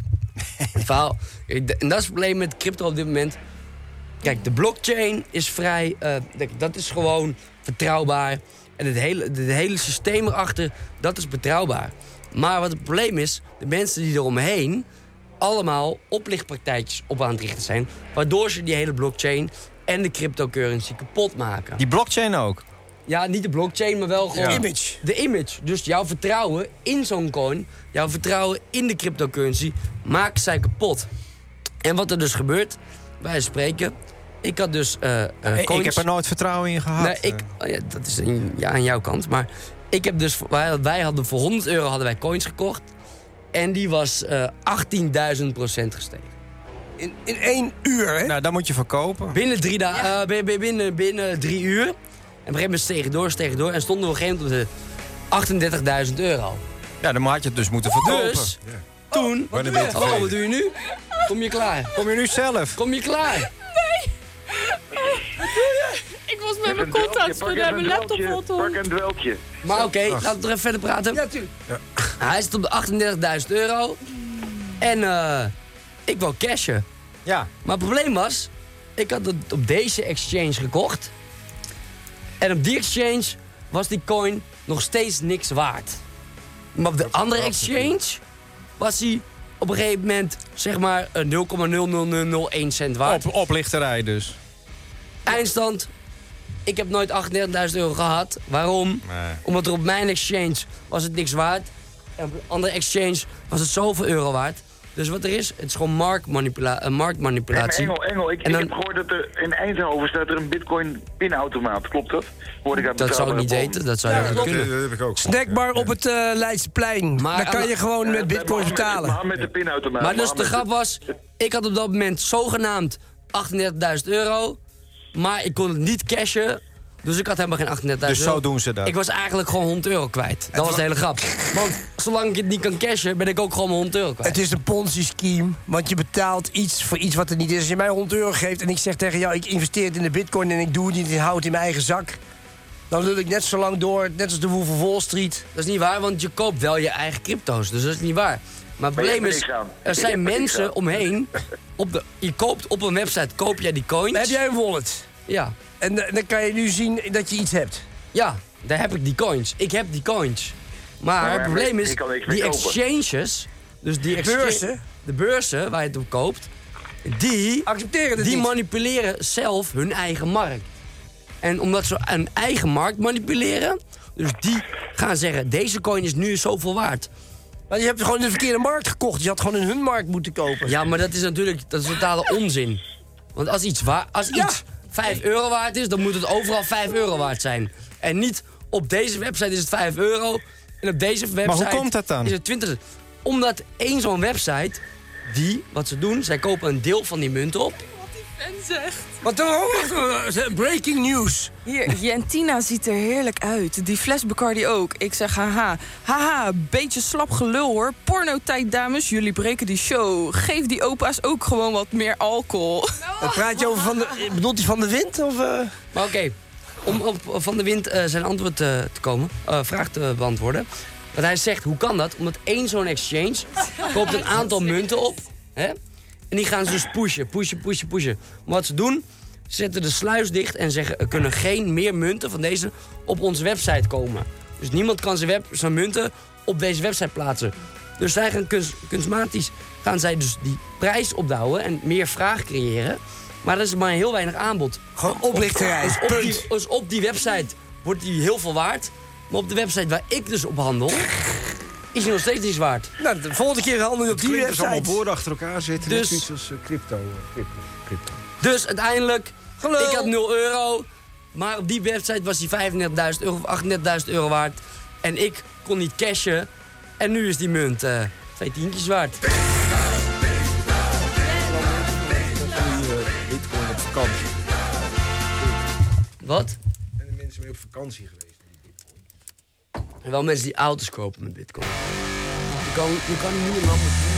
S5: Het verhaal, ik d- en dat is het probleem met crypto op dit moment. Kijk, de blockchain is vrij... eh, kijk, dat is gewoon vertrouwbaar. En het hele, het hele systeem erachter, dat is betrouwbaar. Maar wat het probleem is, de mensen die eromheen... allemaal oplichtpartijtjes op aan het richten zijn... waardoor ze die hele blockchain en de cryptocurrency kapot maken.
S6: Die blockchain ook.
S5: Ja, niet de blockchain, maar wel gewoon...
S6: Ja.
S3: Image.
S5: De image. Dus jouw vertrouwen in zo'n coin, jouw vertrouwen in de cryptocurrency, maakt zij kapot. En wat er dus gebeurt, wij spreken... Ik had dus eh, eh,
S6: Eh, Ik
S5: coins-
S6: heb er nooit vertrouwen in gehad.
S5: Nee, ik, oh ja, dat is in- ja, aan jouw kant. Maar ik heb dus, voor- wij, wij hadden voor 100 euro hadden wij coins gekocht. En die was eh 18.000 procent gestegen.
S3: In, in één uur, hè?
S6: Nou, dan moet je verkopen.
S5: Binnen drie, da- eh, bi- bi- binnen, binnen drie uur. En op een gegeven moment steeg het door, steeg het door. En stonden we op een gegeven moment op de 38.000
S3: Oh,
S5: euro.
S6: Ja, dan had je het dus moeten verkopen.
S5: Dus toen...
S6: Wanneer ben je
S5: oh,
S6: tevreden?
S5: wat doe je nu? Kom je klaar?
S6: Kom je nu zelf?
S5: Kom je klaar?
S17: Ik was met mijn kont aan het schudden en mijn laptop vol te
S8: Pak een dweltje.
S5: Maar oké, laten we er even verder praten. Ja,
S3: tuurlijk.
S5: Hij zit op de 38.000 euro. En eh, ik wou cashen.
S6: Ja.
S5: Maar het probleem was, ik had het op deze exchange gekocht. En op die exchange was die coin nog steeds niks waard. Maar op de andere exchange was hij op een gegeven moment zeg maar eh, 0,00001 cent waard.
S6: Op, oplichterij dus.
S5: Eindstand, ik heb nooit 38.000 euro gehad. Waarom?
S6: Nee.
S5: Omdat er op mijn exchange was het niks waard. En op een andere exchange was het zoveel euro waard. Dus wat er is, het is gewoon marktmanipula- eh, marktmanipulatie.
S8: Hey, maar Engel, Engel, ik,
S5: En dan-
S8: ik heb gehoord dat er in Eindhoven staat er een bitcoin pinautomaat. Klopt dat? Hoorde ik uit
S5: Dat zou ik
S8: Betrouwbare
S5: niet
S8: Bronnen.
S5: weten, dat zou heel goed kunnen.
S3: Eh,
S7: heb ik ook.
S3: Snackbar op het eh Leidseplein.
S5: Maar-
S3: Daar kan je gewoon met bitcoin betalen.
S8: Eh, Maar met de pinautomaat.
S5: Maar dus
S8: maar
S5: de
S8: met
S5: grap was, ik had op dat moment zogenaamd 38.000 euro. Maar ik kon het niet cashen. Dus ik had helemaal geen 38.000 euro.
S6: Dus zo doen ze dat.
S5: Ik was eigenlijk gewoon 100 euro kwijt. Dat was de hele grap. Want zolang ik het niet kan cashen, ben ik ook gewoon mijn 100 euro kwijt.
S3: Het is een ponzi-scheme, want je betaalt iets voor iets wat er niet is. Als je mij 100 euro geeft en ik zeg tegen jou... ik investeer het in de bitcoin en ik doe het niet, ik hou het in mijn eigen zak... dan lul ik net zo lang door, net als de woel van Wall Street.
S5: Dat is niet waar, want je koopt wel je eigen crypto's. Dus dat is niet waar. Maar het
S8: Maar jij
S5: probleem
S8: hebt
S5: is,
S8: er niks aan.
S5: er
S8: Je
S5: zijn
S8: hebt er niks aan.
S5: mensen omheen. Op de, je koopt op een website, koop jij die coins.
S3: Heb jij een wallet?
S5: Ja.
S3: En eh, dan kan je nu zien dat je iets hebt.
S5: Ja, daar heb ik die coins. Ik heb die coins. Maar
S8: Maar
S5: het
S8: ja,
S5: probleem
S8: maar
S5: is,
S8: je kan niks meer
S5: die
S8: kopen.
S5: exchanges, dus die exche-
S3: Beurzen?
S5: de beurzen waar je het op koopt, die,
S3: Accepteren het
S5: die
S3: niet.
S5: manipuleren zelf hun eigen markt. En omdat ze een eigen markt manipuleren, dus die gaan zeggen, deze coin is nu zoveel waard.
S3: Maar je hebt gewoon in de verkeerde markt gekocht. Je had gewoon in hun markt moeten kopen.
S5: Ja, maar dat is natuurlijk dat is totale onzin. Want als iets, waar, als
S3: Ja,
S5: iets 5 euro waard is, dan moet het overal 5 euro waard zijn. En niet op deze website is het 5 euro. En op deze website
S6: komt dat dan?
S5: is het 20. Omdat één zo'n website, die, wat ze doen, zij kopen een deel van die munt op.
S2: En zegt.
S3: Wat dan? oh, eh, Breaking news.
S2: Hier, Jentina ziet er heerlijk uit. Die fles Bacardi ook. Ik zeg haha. Haha, beetje slap gelul hoor. Pornotijd dames, jullie breken die show. Geef die opa's ook gewoon wat meer alcohol.
S3: Dan Eh, praat je over van de. Bedoelt hij van de wind? Of, eh?
S5: Maar oké, om op Van de Wind eh, zijn antwoord eh, te komen, eh, vraag te beantwoorden. Want hij zegt, hoe kan dat? Omdat één zo'n exchange koopt een aantal munten op. Hè? En die gaan ze dus pushen, pushen, pushen, pushen. Maar wat ze doen, ze zetten de sluis dicht en zeggen... er kunnen geen meer munten van deze op onze website komen. Dus niemand kan zijn, web, zijn munten op deze website plaatsen. Dus zij gaan kunst- kunstmatisch gaan zij dus die prijs opdouwen en meer vraag creëren. Maar er is maar heel weinig aanbod. Gewoon
S3: oplichterij,
S5: Dus op, die, dus op die website wordt die heel veel waard. Maar op de website waar ik dus op handel, is die nog steeds niets waard.
S3: Nou, de volgende keer handel je op
S5: die
S7: Klinkt dus allemaal
S5: website.
S7: woorden achter elkaar zitten.
S5: Dus-
S7: Dus... Net zoiets als eh, crypto, eh, crypto, crypto.
S5: Dus uiteindelijk, ik had 0 euro. Maar op die website was die 35.000 euro of 38.000 euro waard. En ik kon niet cashen. En nu is die munt eh, twee tientjes waard.
S7: Die eh, bitcoin op vakantie.
S5: Wat?
S7: En de mensen mee op vakantie geweest.
S5: En wel mensen die auto's kopen met bitcoin. Je kan, je kan nu een Lamborghini.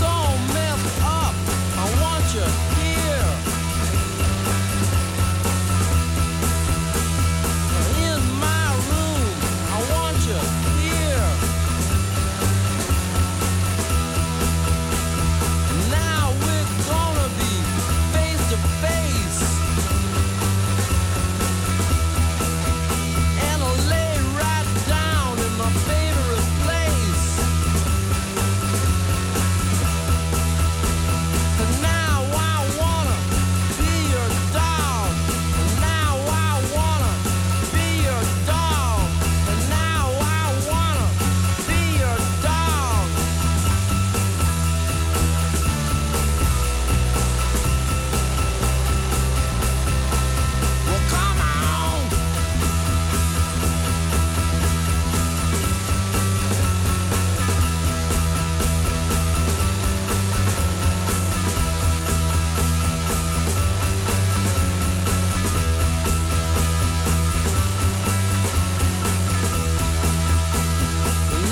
S9: So messed up, I want you here. In my room, I want you here. Now we're gonna be face to face. And I lay right down in my favorite place. Now I wanna be your dog. Now I wanna be your dog. Now I wanna be your dog. Well, come on.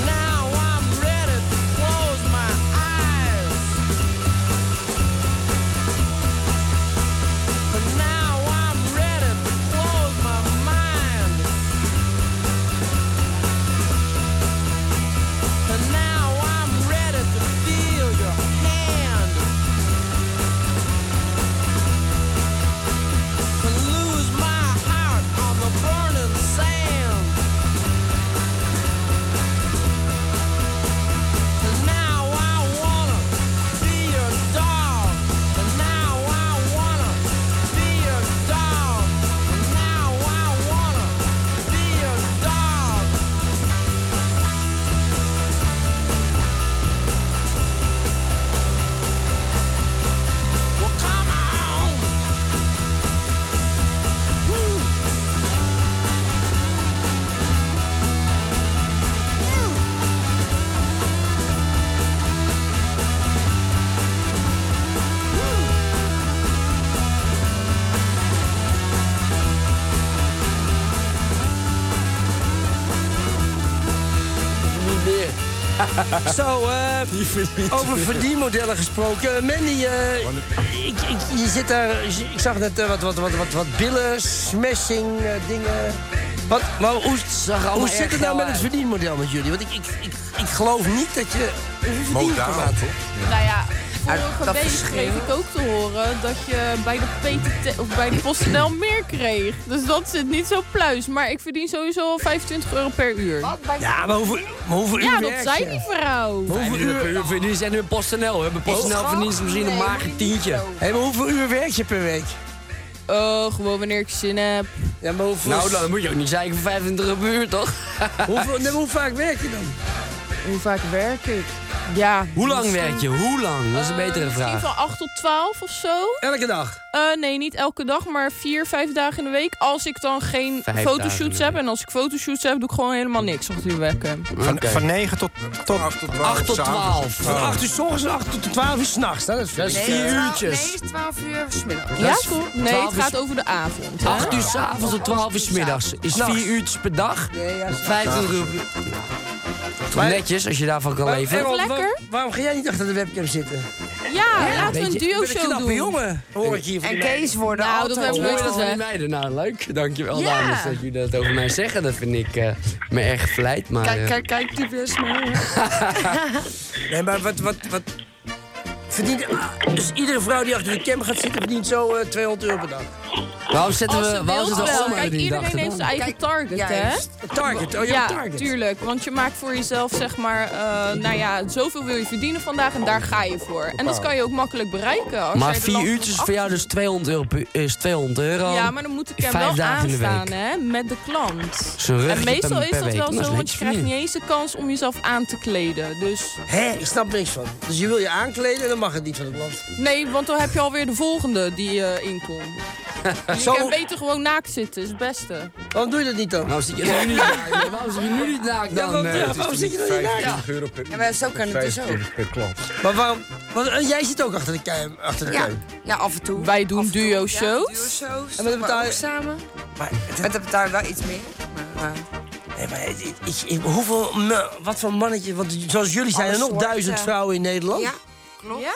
S9: Now I'm ready to close my eyes. But now I'm ready to close my mind. But now I'm ready to feel your hand. And lose my heart on the burning sand. Now I wanna be your dog. Now I wanna be your dog. Now I wanna be your dog. Well, come on. Woo.
S5: Niet meer.
S3: Zo, eh, over verdienmodellen gesproken. Mandy, eh, ik, ik, je zit daar, ik zag net eh, wat, wat, wat, wat, wat billen, smashing eh, dingen. Wat, maar hoe,
S5: er allemaal
S3: hoe zit
S5: erg
S3: het nou
S5: geil
S3: met het
S5: uit.
S3: verdienmodel met jullie? Want ik, ik, ik, ik geloof niet dat je... hoeveel verdien je per
S7: Modaal,
S3: maand?
S7: toch?
S17: Nou ja,
S2: vorige
S4: dat
S2: week
S4: verschil.
S2: kreeg ik ook te horen dat je bij de PTT of bij de PostNL meer kreeg. Dus dat zit niet zo pluis. Maar ik verdien sowieso al 25 euro per uur.
S3: Ja, maar hoeveel, maar hoeveel uur
S2: Ja, dat
S3: werk
S2: zei
S3: je?
S2: die vrouw.
S5: Maar Hoeveel uur per uur verdienen ze en hun PostNL? Hebben
S3: Oh,
S5: PostNL verdienen ze misschien een mager tientje.
S3: Hé, maar hoeveel uur werk je per week?
S2: Oh, gewoon wanneer ik zin heb.
S3: Ja, maar hoeveel...
S5: Nou, dan moet je ook niet zeiken voor 25 euro per uur, toch?
S3: hoeveel, nee, maar hoe vaak werk je dan?
S2: Hoe vaak werk ik? Ja. Eh,
S5: Hoe lang werk je? Hoe lang? Dat is een betere
S2: Misschien
S5: vraag.
S2: van 8 tot 12 of zo.
S3: Elke dag?
S2: Eh, nee, niet elke dag, maar vier, vijf dagen in de week. Als ik dan geen
S6: Vijf dagen in
S2: fotoshoots
S6: de
S2: heb. En als ik fotoshoots heb, doe ik gewoon helemaal niks op die webcam.
S6: Van, van 9 tot, tot 8 tot 12.
S3: Van 8 uur s ochtends en 8 tot 12 uur s'nachts. Dat is veel.
S5: is vier
S4: twaalf-
S5: uurtjes.
S4: Nee, 12 uur smiddag.
S2: Ja,
S5: is
S2: cool. Nee,
S5: 12
S2: het
S5: uur
S2: gaat
S5: s-
S2: over de avond. hè?
S5: 8 uur s'avonds tot 12 uur s middags. Is 4 uurtjes per dag.
S3: Nee, ja,
S5: 25 euro per uur. Netjes, als je daarvan kan
S3: Maar
S5: leven.
S3: Errol, waar- waarom ga jij niet achter de webcam zitten?
S2: Ja, laten we
S5: weet
S2: een
S5: je,
S2: duo
S3: Ik ben een
S2: show
S3: knappe
S2: doen.
S3: jongen, hoor ik hier van
S4: En
S3: die
S4: Kees worden
S2: Nou, dat
S4: altijd...
S2: hebben we
S5: Mooi
S2: nooit
S5: dat van die
S2: gezegd.
S5: meiden. Nou, leuk. Dankjewel,
S2: Ja.
S5: dames, dat jullie dat over mij zeggen. Dat vind ik eh, me erg verleid. Maar, eh,
S4: Kijk, kijk, kijk, die bus maar.
S3: meiden. Nee, maar wat... wat, wat verdient, dus iedere vrouw die achter de cam gaat zitten verdient zo eh, 200 euro per dag.
S5: Waarom zetten
S2: Als
S5: we...
S2: ze
S5: Waarom
S2: wilt
S5: zetten we
S2: wel.
S5: oma
S2: Kijk,
S5: die dag
S2: iedereen heeft zijn eigen
S4: Kijk,
S2: target, hè?
S4: juist.
S3: Target, oh ja,
S2: Ja,
S3: target.
S2: tuurlijk. Want je maakt voor jezelf, zeg maar, eh, nou ja, zoveel wil je verdienen vandaag en daar ga je voor. En dat kan je ook makkelijk bereiken. Als
S5: Maar
S2: jij de
S5: 4
S2: lamp
S5: uurtjes
S2: af-
S5: voor jou dus 200 euro. per- Is 200 euro.
S2: Ja, maar dan moet ik hem
S5: Vijf
S2: wel
S5: dagen in de
S2: aanstaan,
S5: week.
S2: hè, met de klant.
S5: Zo'n ruggetje
S2: en meestal
S5: per-
S2: is
S5: per
S2: dat
S5: week.
S2: wel
S5: Dat is
S2: zo, want je
S5: netjes
S2: krijgt
S5: verdiend.
S2: niet eens de kans om jezelf aan te kleden. Dus
S3: Hé, ik snap niks van. Dus je wil je aankleden en dan mag het niet van het land.
S2: nee, want dan heb je alweer de volgende die eh, inkomt. Dus
S3: Zo-
S2: je kan beter gewoon naakt zitten, is het beste.
S3: Waarom doe je dat niet dan?
S5: Nou zit je nu niet naakt. Waarom zit je nu niet naakt
S3: Ja,
S5: dan?
S3: want-
S5: eh?
S3: ja, waarom zit je dan niet naakt?
S18: euro per
S4: Ja, maar zo kan het dus ook.
S18: per klant.
S3: Maar waarom... Want, eh, jij zit ook achter de cam. Achter de
S4: Ja,
S3: cam.
S4: ja, af en toe.
S2: Wij doen duo
S4: show.
S2: shows.
S4: En
S3: En
S4: we
S3: wat betaal
S4: betalen
S3: je-
S4: ook samen.
S3: Maar, eh,
S4: En dat betaal je wel iets meer. Maar, eh,
S3: nee, maar ik, ik- ik- hoeveel... me- wat voor mannetje... Want zoals jullie zijn er
S4: Alle
S3: nog
S4: soorten.
S3: duizend vrouwen in Nederland.
S4: ja, klopt.
S2: Ja?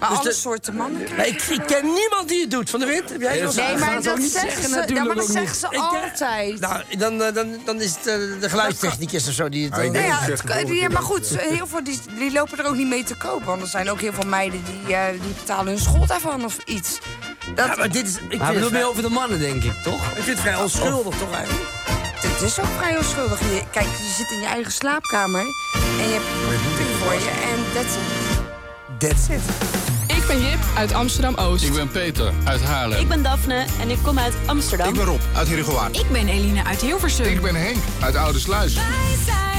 S4: Maar
S3: Dus
S4: alle
S3: de-
S4: soorten mannen krijgen.
S3: Maar ik, ik ken niemand die het doet. Van de wind, heb jij
S5: Nee,
S3: wel
S5: dat
S4: Nee,
S5: gaan
S4: maar
S5: ze ook
S4: dat
S5: niet
S4: zeggen
S5: zeggen,
S4: ze, ja, maar
S5: natuurlijk
S4: dat
S5: ook
S4: zeggen ze
S3: Ik, eh,
S4: altijd.
S3: Nou, dan, eh, dan, dan is het eh, de geluidstechnicus of zo die het...
S18: Ah, ik
S3: eh,
S4: Nou ja,
S18: dat
S4: het-
S18: zegt
S4: die- maar
S18: Robert
S4: goed, eh, heel veel die, die lopen er ook niet mee te koop. Want er zijn ook heel veel meiden die, eh, die betalen hun school daarvan of iets. Dat,
S3: ja, maar dit is... Ik vind,
S5: Maar
S3: het
S5: bedoel meer
S3: vrij,
S5: over de mannen, denk ik, toch?
S3: ik vind het vrij onschuldig, toch eigenlijk?
S4: Het oh. is ook vrij onschuldig. Je, kijk, je zit in je eigen slaapkamer en je hebt een computer voor je en that's it.
S3: That's it.
S2: Ik ben Jip uit Amsterdam-Oost.
S1: Ik ben Peter uit Haarlem.
S7: ben Daphne en ik kom uit Amsterdam.
S1: Ik ben Rob uit Heerhugowaard.
S7: Ik ben Eline uit Hilversum.
S1: Ik ben Henk uit Oudersluis.
S7: Wij zijn